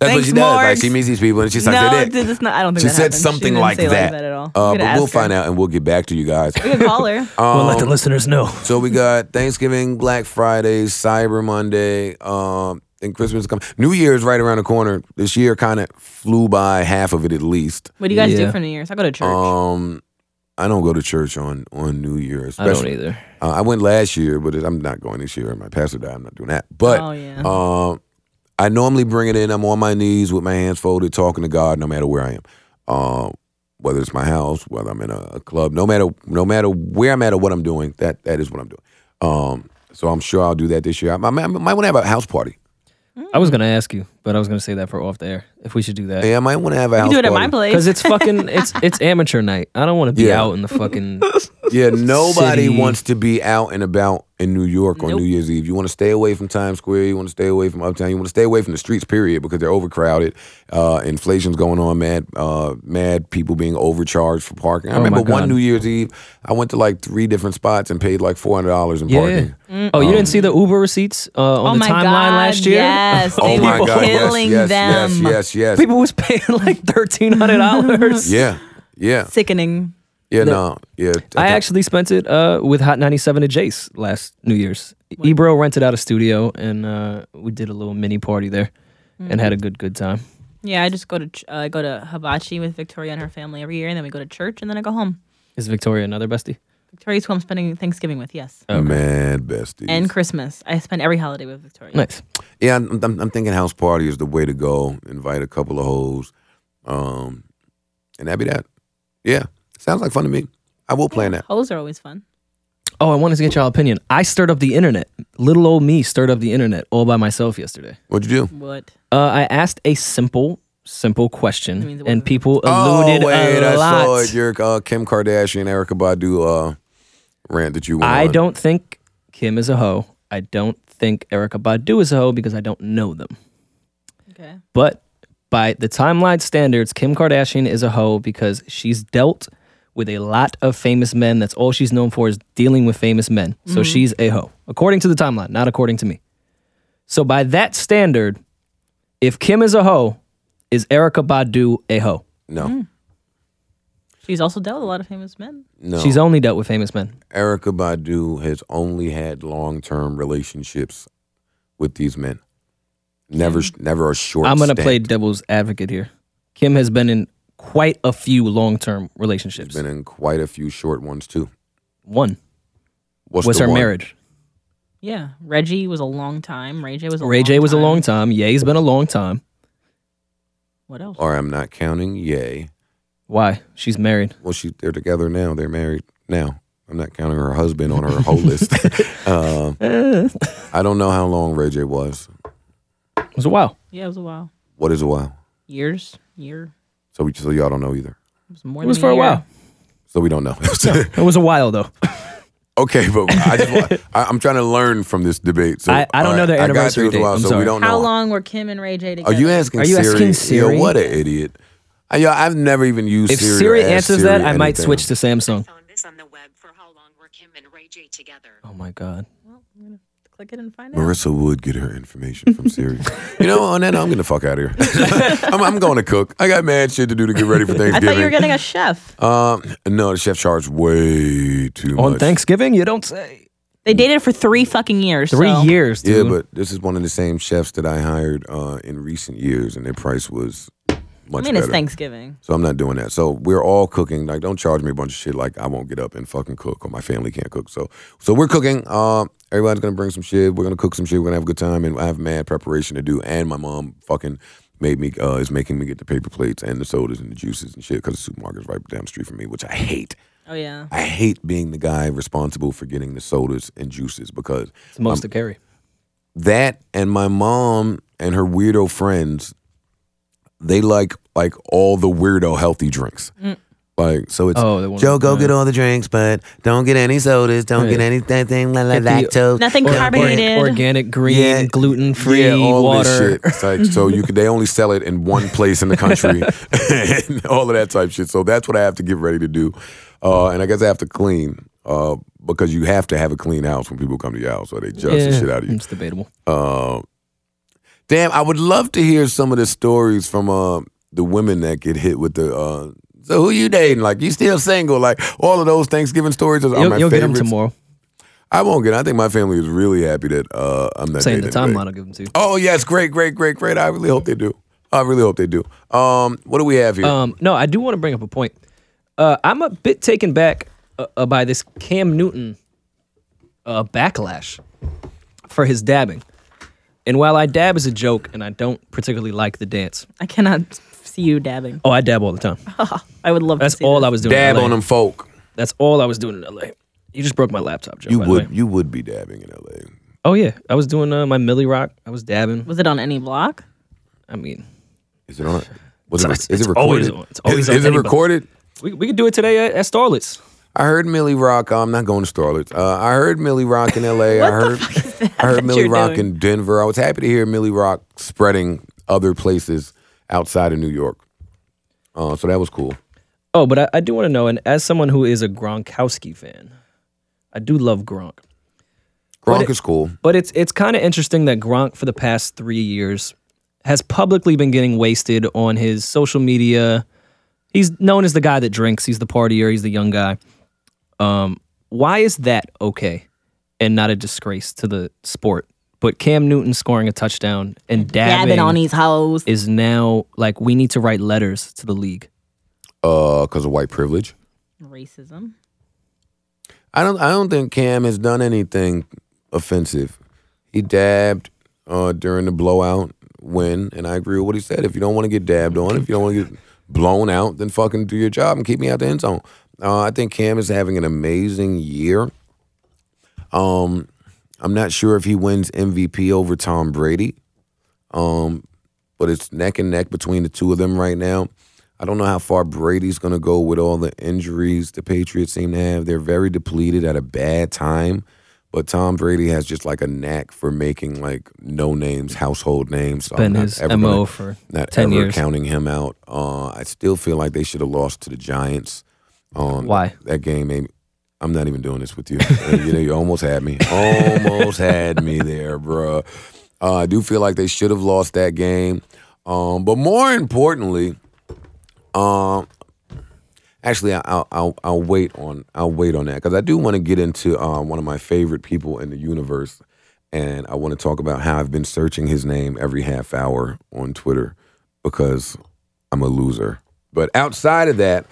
Speaker 3: Thanks,
Speaker 1: she does. Like
Speaker 3: Morgs.
Speaker 1: she meets these people and she sucks
Speaker 3: no,
Speaker 1: their dick.
Speaker 3: th- that's not, I don't think
Speaker 1: she
Speaker 3: that
Speaker 1: said
Speaker 3: happened.
Speaker 1: something
Speaker 3: didn't
Speaker 1: like
Speaker 3: say
Speaker 1: that.
Speaker 3: at all.
Speaker 1: Uh,
Speaker 3: We could
Speaker 1: but we'll
Speaker 3: ask her.
Speaker 1: find out and we'll get back to you guys.
Speaker 3: We could call her.
Speaker 4: we'll let the
Speaker 1: Um,
Speaker 4: listeners know.
Speaker 1: So we got Thanksgiving, Black Friday, Cyber Monday, um, and Christmas coming. New Year's right around the corner. This year kind of flew by half of it at least.
Speaker 3: What do you guys
Speaker 4: Yeah.
Speaker 3: do for New Year's? I go to church.
Speaker 1: Um, I don't go to church on on New Year's.
Speaker 4: I don't either.
Speaker 1: Uh, I went last year, but I'm not going this year. My pastor died. I'm not doing that. But
Speaker 3: oh yeah.
Speaker 1: um, I normally bring it in. I'm on my knees with my hands folded, talking to God, no matter where I am. Um, whether it's my house, whether I'm in a, a club, no matter no matter where I'm at or what I'm doing, that that is what I'm doing. Um, so I'm sure I'll do that this year. I, I, might- I might want to have a house party.
Speaker 4: I was gonna ask you, but I was gonna say that for off the air if we should do that
Speaker 1: Yeah, I might want to have a house
Speaker 3: do it at my
Speaker 1: party.
Speaker 3: place.
Speaker 4: because it's fucking it's it's amateur night. I don't want to be
Speaker 1: Yeah.
Speaker 4: out in the fucking
Speaker 1: Yeah, nobody
Speaker 4: City.
Speaker 1: wants to be out and about in New York on
Speaker 3: Nope.
Speaker 1: New Year's Eve. You want to stay away from Times Square. You want to stay away from Uptown. You want to stay away from the streets, period, because they're overcrowded. Uh, inflation's going on, mad, uh, mad people being overcharged for parking. I
Speaker 4: Oh my
Speaker 1: remember one
Speaker 4: God.
Speaker 1: New Year's Eve, I went to like three different spots and paid like four hundred dollars in
Speaker 4: yeah.
Speaker 1: parking.
Speaker 3: Mm.
Speaker 4: Oh,
Speaker 1: Um,
Speaker 4: you didn't see the Uber receipts uh, on the timeline last year?
Speaker 3: Oh Yes,
Speaker 1: Oh
Speaker 3: they
Speaker 1: my
Speaker 3: were
Speaker 1: God! Yes,
Speaker 3: killing
Speaker 1: yes,
Speaker 3: them.
Speaker 1: yes, yes, yes.
Speaker 4: People was paying like thirteen hundred dollars.
Speaker 1: Yeah, yeah,
Speaker 3: Sickening.
Speaker 1: yeah. No, yeah.
Speaker 4: I
Speaker 1: think-
Speaker 4: actually spent it uh, with Hot 97 at Jace last New Year's. Ebro rented out a studio and uh, we did a little mini party there and had a good good time.
Speaker 3: Yeah, I just go to ch- uh, I go to hibachi with Victoria and her family every year, and then we go to church, and then I go home.
Speaker 4: Is Victoria another bestie?
Speaker 3: Victoria's who I'm spending Thanksgiving with. Yes,
Speaker 1: mad besties.
Speaker 3: and Christmas. I spend every holiday with Victoria.
Speaker 4: Nice.
Speaker 1: Yeah, I'm, I'm, I'm thinking house party is the way to go. Invite a couple of hoes, um, and that'd be that. Yeah, sounds like fun to me. I will plan that.
Speaker 3: Hoes are always fun.
Speaker 4: Oh, I wanted to get y'all opinion. I stirred up the internet. Little old me stirred up the internet all by myself yesterday.
Speaker 1: What'd you do?
Speaker 3: What?
Speaker 4: Uh, I asked a simple, simple question,
Speaker 3: means it
Speaker 4: and
Speaker 3: wasn't-
Speaker 4: people alluded
Speaker 1: oh wait,
Speaker 4: a
Speaker 1: I
Speaker 4: lot.
Speaker 1: saw it. Your uh, Kim Kardashian, Erica Badu uh, rant that you went
Speaker 4: I
Speaker 1: on.
Speaker 4: don't think Kim is a hoe. I don't think Erica Badu is a hoe because I don't know them.
Speaker 3: Okay.
Speaker 4: But by the timeline standards, Kim Kardashian is a hoe because she's dealt with a lot of famous men. That's all she's known for is dealing with famous men. So she's a hoe, according to the timeline, not according to me. So by that standard, if Kim is a hoe, is Erica Badu a hoe?
Speaker 1: No,
Speaker 4: Mm.
Speaker 3: She's also dealt with a lot of famous men.
Speaker 1: no.
Speaker 4: She's only dealt with famous men.
Speaker 1: Erica Badu has only had long-term relationships with these men. Never, never a short.
Speaker 4: I'm gonna
Speaker 1: stint.
Speaker 4: play devil's advocate here. Kim has been in quite a few long-term relationships.
Speaker 1: Been in quite a few short ones too.
Speaker 4: One
Speaker 1: What's
Speaker 4: was
Speaker 1: the
Speaker 4: her
Speaker 1: one?
Speaker 4: marriage.
Speaker 3: Yeah, Reggie was a long time. Ray J was a
Speaker 4: Ray
Speaker 3: long
Speaker 4: J was a
Speaker 3: time.
Speaker 4: long time. Ye's been a long time.
Speaker 3: What else?
Speaker 1: Or I'm not counting. Yay.
Speaker 4: Why? She's married.
Speaker 1: well, she they're together now. They're married now. I'm not counting her husband on her whole list. Um
Speaker 4: Eh.
Speaker 1: I don't know how long Ray J was.
Speaker 4: It was a while.
Speaker 3: Yeah, it was a while.
Speaker 1: What is a while?
Speaker 3: Years, year.
Speaker 1: So we so y'all don't know either.
Speaker 3: It was more.
Speaker 4: It was
Speaker 3: than
Speaker 4: for a
Speaker 3: year.
Speaker 4: while.
Speaker 1: So we don't know.
Speaker 4: It was a while though.
Speaker 1: okay, but I just want, I, I'm trying to learn from this debate. So
Speaker 4: I- I don't know their
Speaker 1: alright, I got
Speaker 4: anniversary
Speaker 1: there was a
Speaker 4: date.
Speaker 1: while,
Speaker 4: I'm
Speaker 1: so
Speaker 4: sorry.
Speaker 1: we don't
Speaker 3: How
Speaker 1: know.
Speaker 3: long were Kim and Ray J together?
Speaker 1: Are you asking?
Speaker 4: Are you
Speaker 1: Siri?
Speaker 4: asking
Speaker 1: Yo,
Speaker 4: Siri?
Speaker 1: what an idiot! I, yo, I've never even used
Speaker 4: If
Speaker 1: Siri.
Speaker 4: Siri,
Speaker 1: or asked
Speaker 4: answers
Speaker 1: Siri
Speaker 4: that, I might
Speaker 1: anything.
Speaker 4: switch to Samsung.
Speaker 6: found this on the web for how long were Kim and Ray J together.
Speaker 4: Oh my god.
Speaker 3: Click it and find out.
Speaker 1: Marissa would get her information from Siri. you know, on that, I'm getting the fuck out of here. I'm, I'm going to cook. I got mad shit to do to get ready for Thanksgiving.
Speaker 3: I thought you were getting a chef.
Speaker 1: Um, no, the chef charged way too
Speaker 4: On
Speaker 1: much.
Speaker 4: Thanksgiving, you don't say.
Speaker 3: They dated for three fucking years.
Speaker 4: Three
Speaker 3: so-
Speaker 4: years,
Speaker 1: Yeah,
Speaker 4: dude.
Speaker 1: but this is one of the same chefs that I hired uh, in recent years, and their price was
Speaker 3: I
Speaker 1: much
Speaker 3: mean,
Speaker 1: better.
Speaker 3: it's Thanksgiving.
Speaker 1: so I'm not doing that. So we're all cooking. Like, don't charge me a bunch of shit. Like, I won't get up and fucking cook, or my family can't cook. So, so we're cooking. Um, everybody's gonna bring some shit. We're gonna cook some shit. We're gonna have a good time, and I have mad preparation to do. And my mom fucking made me uh, is making me get the paper plates and the sodas and the juices and shit because the supermarket's right down the street from me, which I hate.
Speaker 3: Oh yeah.
Speaker 1: I hate being the guy responsible for getting the sodas and juices because
Speaker 4: it's most to carry.
Speaker 1: that and my mom and her weirdo friends, they like like all the weirdo healthy drinks.
Speaker 3: Mm.
Speaker 1: Like so, it's
Speaker 4: Oh, the one-
Speaker 1: Joe, go
Speaker 4: yeah.
Speaker 1: get all the drinks, but don't get any sodas, don't get
Speaker 4: Yeah.
Speaker 1: anything thing like
Speaker 4: Get the-
Speaker 1: lactose.
Speaker 3: Nothing
Speaker 1: Or- or-
Speaker 3: carbonated.
Speaker 4: Organic, green,
Speaker 1: Yeah.
Speaker 4: gluten free,
Speaker 1: yeah, all
Speaker 4: water.
Speaker 1: this shit. It's like, so you could they only sell it in one place in the country, and all of that type shit. So that's what I have to get ready to do, uh, and I guess I have to clean uh, because you have to have a clean house when people come to your house, or they judge the shit out of you.
Speaker 4: It's debatable.
Speaker 1: Um, Damn, I would love to hear some of the stories from uh, the women that get hit with the. Uh, so who you dating? Like you still single? Like all of those Thanksgiving stories are, are
Speaker 4: You'll,
Speaker 1: my
Speaker 4: you'll get them
Speaker 1: favorites.
Speaker 4: tomorrow.
Speaker 1: I won't get. 'em. I think my family is really happy that uh, I'm not
Speaker 4: Saying the
Speaker 1: dating
Speaker 4: timeline,
Speaker 1: anybody.
Speaker 4: I'll give them to. you.
Speaker 1: Oh yes, great, great, great, great. I really hope they do. I really hope they do. Um, what do we have here?
Speaker 4: Um, no, I do want to bring up a point. Uh, I'm a bit taken back uh, uh, by this Cam Newton uh, backlash for his dabbing. And while I dab is a joke, and I don't particularly like the dance.
Speaker 3: I cannot see you dabbing.
Speaker 4: Oh, I dab all the time.
Speaker 3: I would love to
Speaker 4: That's
Speaker 3: see
Speaker 4: all
Speaker 3: this.
Speaker 4: I was doing.
Speaker 1: Dab
Speaker 4: in LA.
Speaker 1: on them folk.
Speaker 4: That's all I was doing in LA. You just broke my laptop, Joe.
Speaker 1: You
Speaker 4: by the
Speaker 1: would
Speaker 4: way.
Speaker 1: you would be dabbing in L.A.
Speaker 4: Oh yeah, I was doing uh, my Millie Rock. I was dabbing.
Speaker 3: Was it on any block?
Speaker 4: I mean,
Speaker 1: Is it on? Was it,
Speaker 4: It's-
Speaker 1: is
Speaker 4: it's
Speaker 1: it recorded?
Speaker 4: always on. It's always
Speaker 1: is,
Speaker 4: on
Speaker 1: is it
Speaker 4: anybody.
Speaker 1: recorded?
Speaker 4: we we could do it today at, at Starlets.
Speaker 1: I heard Millie Rock. I'm not going to Starlets. Uh, I heard Millie Rock in L.A. I heard I heard
Speaker 3: that
Speaker 1: Millie
Speaker 3: you're
Speaker 1: Rock
Speaker 3: doing?
Speaker 1: in Denver. I was happy to hear Millie Rock spreading other places outside of New York. Uh, so that was cool.
Speaker 4: Oh, but I, I do want to know, and as someone who is a Gronkowski fan, I do love Gronk.
Speaker 1: Gronk
Speaker 4: it-
Speaker 1: is cool.
Speaker 4: But it's it's kind of interesting that Gronk for the past three years has publicly been getting wasted on his social media. He's known as the guy that drinks. He's the partier. He's the young guy. Um, why is that okay and not a disgrace to the sport? But Cam Newton scoring a touchdown and dabbing,
Speaker 3: Dabbing on these hoes.
Speaker 4: is now like we need to write letters to the league.
Speaker 1: Uh, cause of white privilege.
Speaker 3: Racism.
Speaker 1: I don't. I don't think Cam has done anything offensive. He dabbed uh, during the blowout win, and I agree with what he said. If you don't want to get dabbed on, if you don't want to get blown out, then fucking do your job and keep me out the end zone. Uh, I think Cam is having an amazing year. Um, I'm not sure if he wins MVP over Tom Brady. Um, but it's neck and neck between the two of them right now. I don't know how far Brady's going to go with all the injuries the Patriots seem to have. They're very depleted at a bad time, but Tom Brady has just like a knack for making like no names, household names. So I'm
Speaker 4: Been
Speaker 1: not
Speaker 4: his
Speaker 1: ever
Speaker 4: MO
Speaker 1: gonna-
Speaker 4: for
Speaker 1: not
Speaker 4: 10
Speaker 1: ever
Speaker 4: years.
Speaker 1: counting him out. Uh, I still feel like they should have lost to the Giants. Um,
Speaker 4: Why?
Speaker 1: that game? Made me, I'm not even doing this with you. Uh, you know, you almost had me. Almost had me there, bruh. Uh, I do feel like they should have lost that game. Um, but more importantly, um, actually, I- I'll, I'll I'll wait on I'll wait on that because I do want to get into uh, one of my favorite people in the universe, and I want to talk about how I've been searching his name every half hour on Twitter because I'm a loser. But outside of that,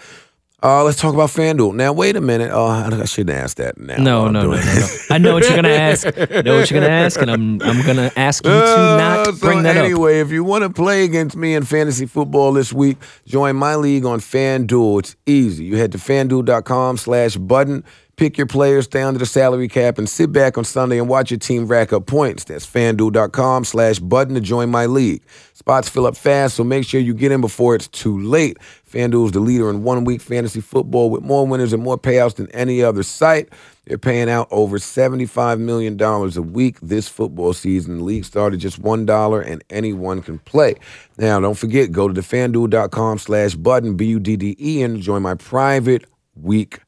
Speaker 1: uh, let's talk about FanDuel. Now, wait a minute. Uh, I shouldn't ask that now. while
Speaker 4: No,
Speaker 1: I'm
Speaker 4: no, no,
Speaker 1: doing
Speaker 4: no,
Speaker 1: this.
Speaker 4: no. I know what you're gonna ask. I know what you're gonna ask, and I'm I'm gonna ask you to
Speaker 1: Uh,
Speaker 4: not
Speaker 1: so
Speaker 4: bring that up.
Speaker 1: anyway, if you want to play against me in fantasy football this week, join my league on FanDuel. It's easy. You head to fanduel.com slash button, pick your players, stay under the salary cap, and sit back on Sunday and watch your team rack up points. That's fanduel.com slash button to join my league. Spots fill up fast, so make sure you get in before it's too late. FanDuel is the leader in one week fantasy football with more winners and more payouts than any other site. They're paying out over $75 million a week this football season. The league started just $1 and anyone can play. Now, don't forget, go to the fanduel.com slash button, B U D D E, and join my private week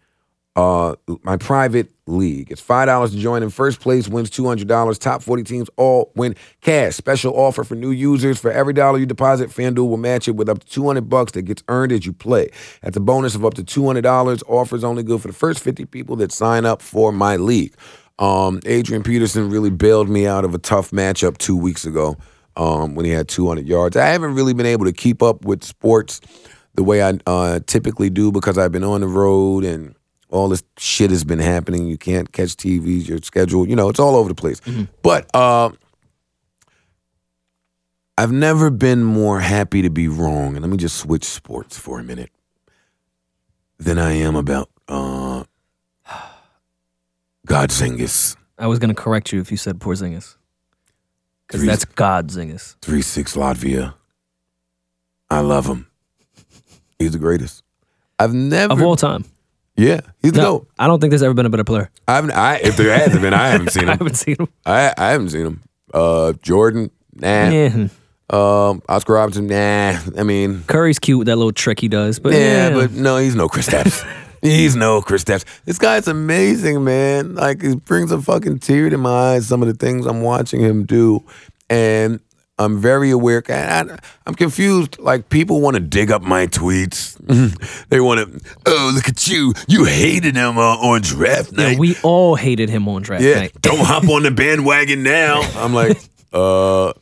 Speaker 1: uh, my private league. It's five dollars to join. In first place wins two hundred dollars. Top forty teams all win cash. Special offer for new users: for every dollar you deposit, FanDuel will match it with up to two hundred bucks that gets earned as you play. That's a bonus of up to two hundred dollars. Offer is only good for the first fifty people that sign up for my league. Um, Adrian Peterson really bailed me out of a tough matchup two weeks ago um, when he had 200 yards. I haven't really been able to keep up with sports the way I uh, typically do because I've been on the road and all this shit has been happening. You can't catch TVs, your schedule, you know, it's all over the place.
Speaker 4: Mm-hmm.
Speaker 1: But uh, I've never been more happy to be wrong. And let me just switch sports for a minute than I am about uh, Godzingis
Speaker 4: I was gonna correct you if you said Porzingis, because
Speaker 1: Three-
Speaker 4: that's God Zingis.
Speaker 1: three six Latvia. I love him. He's the greatest. I've never.
Speaker 4: of all time.
Speaker 1: yeah, he's the
Speaker 4: No,
Speaker 1: GOAT.
Speaker 4: I don't think there's ever been a better player.
Speaker 1: I've, I if there hasn't been, I haven't seen
Speaker 4: I
Speaker 1: him.
Speaker 4: haven't seen him.
Speaker 1: I I haven't seen him. Uh, Jordan, nah.
Speaker 4: Yeah.
Speaker 1: Um, Oscar Robinson, nah. I mean,
Speaker 4: Curry's cute with that little trick he does, but
Speaker 1: yeah,
Speaker 4: yeah,
Speaker 1: but no, he's no Chris Stapps. he's no Chris Stapps. This guy's amazing, man. Like, it brings a fucking tear to my eyes, some of the things I'm watching him do. And I'm very aware. And I, I'm confused. Like, people want to dig up my tweets. they want to, oh, look at you. You hated him uh, on draft night.
Speaker 4: yeah, we all hated him on draft
Speaker 1: Yeah,
Speaker 4: night.
Speaker 1: don't hop on the bandwagon now. I'm like, uh,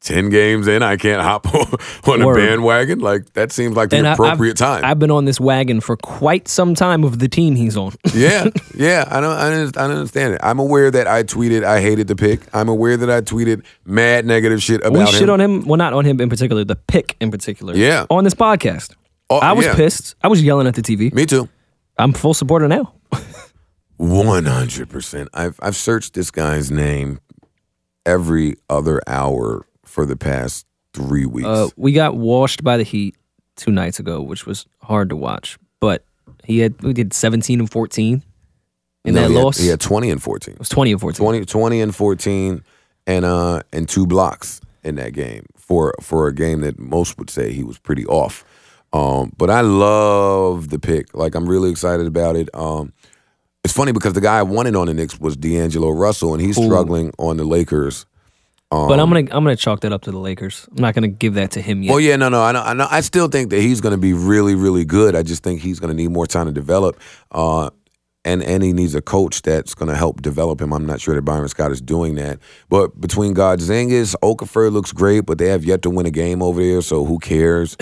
Speaker 1: ten games in, I can't hop on, on a
Speaker 4: Word.
Speaker 1: bandwagon. Like that seems like the
Speaker 4: I-
Speaker 1: appropriate
Speaker 4: I've,
Speaker 1: time.
Speaker 4: I've been on this wagon for quite some time of the team he's on.
Speaker 1: yeah, yeah. I don't, I don't, I don't understand it. I'm aware that I tweeted I hated the pick. I'm aware that I tweeted mad negative shit about
Speaker 4: we
Speaker 1: him.
Speaker 4: shit on him. Well, not on him in particular, the pick in particular.
Speaker 1: Yeah.
Speaker 4: On this podcast.
Speaker 1: Oh,
Speaker 4: I was
Speaker 1: yeah.
Speaker 4: pissed. I was yelling at the TV.
Speaker 1: Me too.
Speaker 4: I'm full supporter now.
Speaker 1: One hundred percent. I've I've searched this guy's name every other hour for the past three weeks.
Speaker 4: Uh, we got washed by the Heat two nights ago, which was hard to watch. But he had we did 17 and 14 in
Speaker 1: No,
Speaker 4: that
Speaker 1: he had-
Speaker 4: loss.
Speaker 1: he
Speaker 4: It
Speaker 1: had twenty and fourteen.
Speaker 4: was 20 and 14.
Speaker 1: 20, 20 and 14 and uh and two blocks in that game for for a game that most would say he was pretty off um but i love the pick like i'm really excited about it um it's funny because the guy I wanted on the Knicks was D'Angelo Russell, and he's
Speaker 4: Ooh.
Speaker 1: struggling on the Lakers.
Speaker 4: but I'm gonna I'm gonna chalk that up to the Lakers. I'm not gonna give that to him yet.
Speaker 1: Um, Well, yeah, no, no, I know, I know, I still think that he's going to be really, really good. I just think he's going to need more time to develop, uh, and and he needs a coach that's going to help develop him. I'm not sure that Byron Scott is doing that. But between Godzingis, Okafor looks great, but they have yet to win a game over there, so who cares?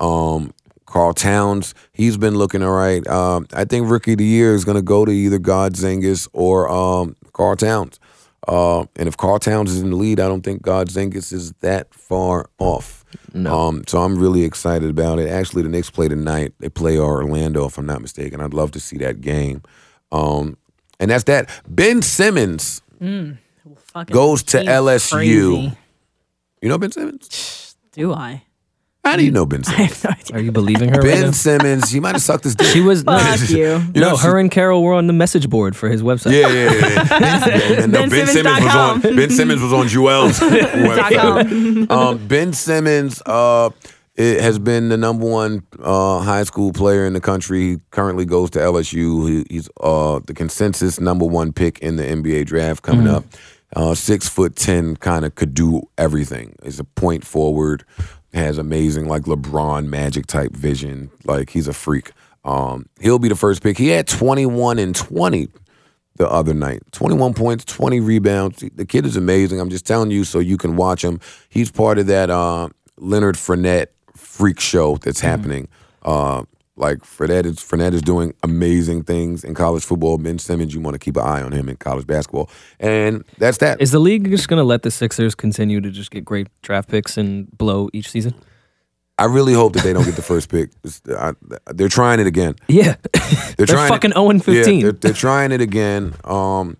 Speaker 1: um, Carl Towns, he's been looking all right. Um, I think Rookie of the Year is going to go to either Godzingis or um, Carl Towns. Uh, and if Carl Towns is in the lead, I don't think Godzingis is that far off. Um, so I'm really excited about it. Actually, the Knicks play tonight. They play Orlando, if I'm not mistaken. I'd love to see that game. Um, and that's that. Ben Simmons
Speaker 5: Fucking
Speaker 1: goes to
Speaker 5: he's
Speaker 1: LSU.
Speaker 5: crazy.
Speaker 1: You know Ben Simmons?
Speaker 5: Do I?
Speaker 1: How do you know Ben
Speaker 5: I
Speaker 1: Simmons?
Speaker 5: have no idea.
Speaker 4: Are you believing her? right
Speaker 1: Ben
Speaker 4: now?
Speaker 1: Simmons, he might have sucked his dick.
Speaker 4: She was no,
Speaker 5: Fuck you.
Speaker 1: You know,
Speaker 4: no, her and Carol were on the message board for his website.
Speaker 1: Yeah, yeah, yeah. Ben, no, ben, Simmons was on. Ben Simmons was on Jewel's website. um, Ben Simmons uh, it has been the number one uh, high school player in the country. He currently goes to LSU. He, he's uh, the consensus number one pick in the NBA draft coming up. Uh, six foot ten, kind of could do everything. Is a point forward, has amazing like LeBron magic type vision. Like he's a freak. Um, he'll be the first pick. He had twenty one and twenty the other night. 21 points, 20 rebounds. The kid is amazing. I'm just telling you so you can watch him. He's part of that uh, Leonard Fournette freak show that's happening. Uh, like Fournette is, Fournette is doing amazing things in college football. Ben Simmons, you want to keep an eye on him in college basketball. And that's that.
Speaker 4: Is the league just gonna let the Sixers continue to just get great draft picks and blow each season?
Speaker 1: I really hope that they don't get the first pick. It's- I- they're trying it again.
Speaker 4: Yeah,
Speaker 1: They're,
Speaker 4: They're
Speaker 1: trying
Speaker 4: fucking 0 and 15.
Speaker 1: Yeah, they're, they're trying it again. Um,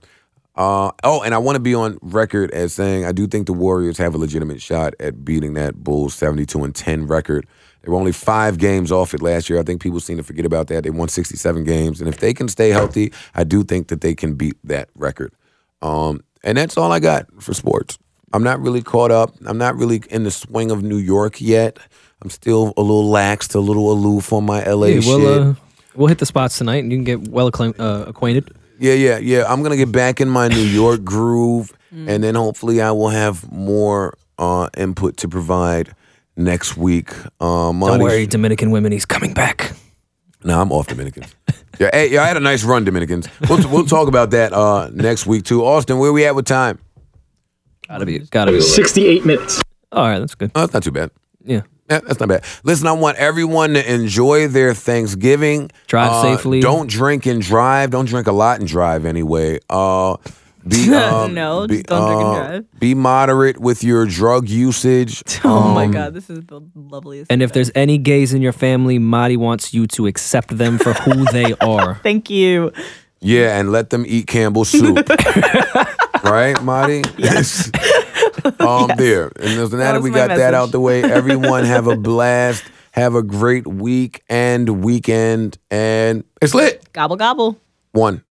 Speaker 1: uh, oh, and I want to be on record as saying I do think the Warriors have a legitimate shot at beating that Bulls 72 and 10 record. They were only five games off it last year. I think people seem to forget about that. They won 67 games, and if they can stay healthy, I do think that they can beat that record. Um, and that's all I got for sports. I'm not really caught up. I'm not really in the swing of New York yet. I'm still a little laxed, a little aloof on my LA
Speaker 4: Yeah,
Speaker 1: shit.
Speaker 4: we'll uh, we'll hit the spots tonight, and you can get well acclaim- uh, acquainted.
Speaker 1: Yeah, yeah, yeah. I'm gonna get back in my New York groove, and then hopefully I will have more uh, input to provide next week. Uh,
Speaker 4: Don't
Speaker 1: Monty-
Speaker 4: worry, Dominican women, he's coming back.
Speaker 1: No, I'm off Dominicans. yeah, hey, yeah, I had a nice run, Dominicans. We'll, we'll talk about that uh, next week too. Austin, where we at with time?
Speaker 4: Gotta be, gotta be.
Speaker 7: 68 minutes.
Speaker 4: All right, that's good.
Speaker 1: Oh, that's not too bad.
Speaker 4: Yeah,
Speaker 1: Yeah, that's not bad. Listen, I want everyone to enjoy their Thanksgiving.
Speaker 4: Drive
Speaker 1: Uh,
Speaker 4: safely.
Speaker 1: Don't drink and drive. Don't drink a lot and drive anyway. Uh, be, um,
Speaker 5: No,
Speaker 1: be,
Speaker 5: just don't drink and
Speaker 1: uh,
Speaker 5: drive.
Speaker 1: Be moderate with your drug usage. Um,
Speaker 5: Oh my god, this is the loveliest.
Speaker 4: And if
Speaker 5: thing.
Speaker 4: there's any gays in your family, Marty wants you to accept them for who they are.
Speaker 5: thank you.
Speaker 1: Yeah, and let them eat Campbell's soup. right, Marty? Yes. um, There. And other than that,
Speaker 5: That was
Speaker 1: we
Speaker 5: my
Speaker 1: got that
Speaker 5: message.
Speaker 1: out the way. Everyone have a blast. Have a great week and weekend. And it's lit.
Speaker 5: Gobble gobble.
Speaker 1: One.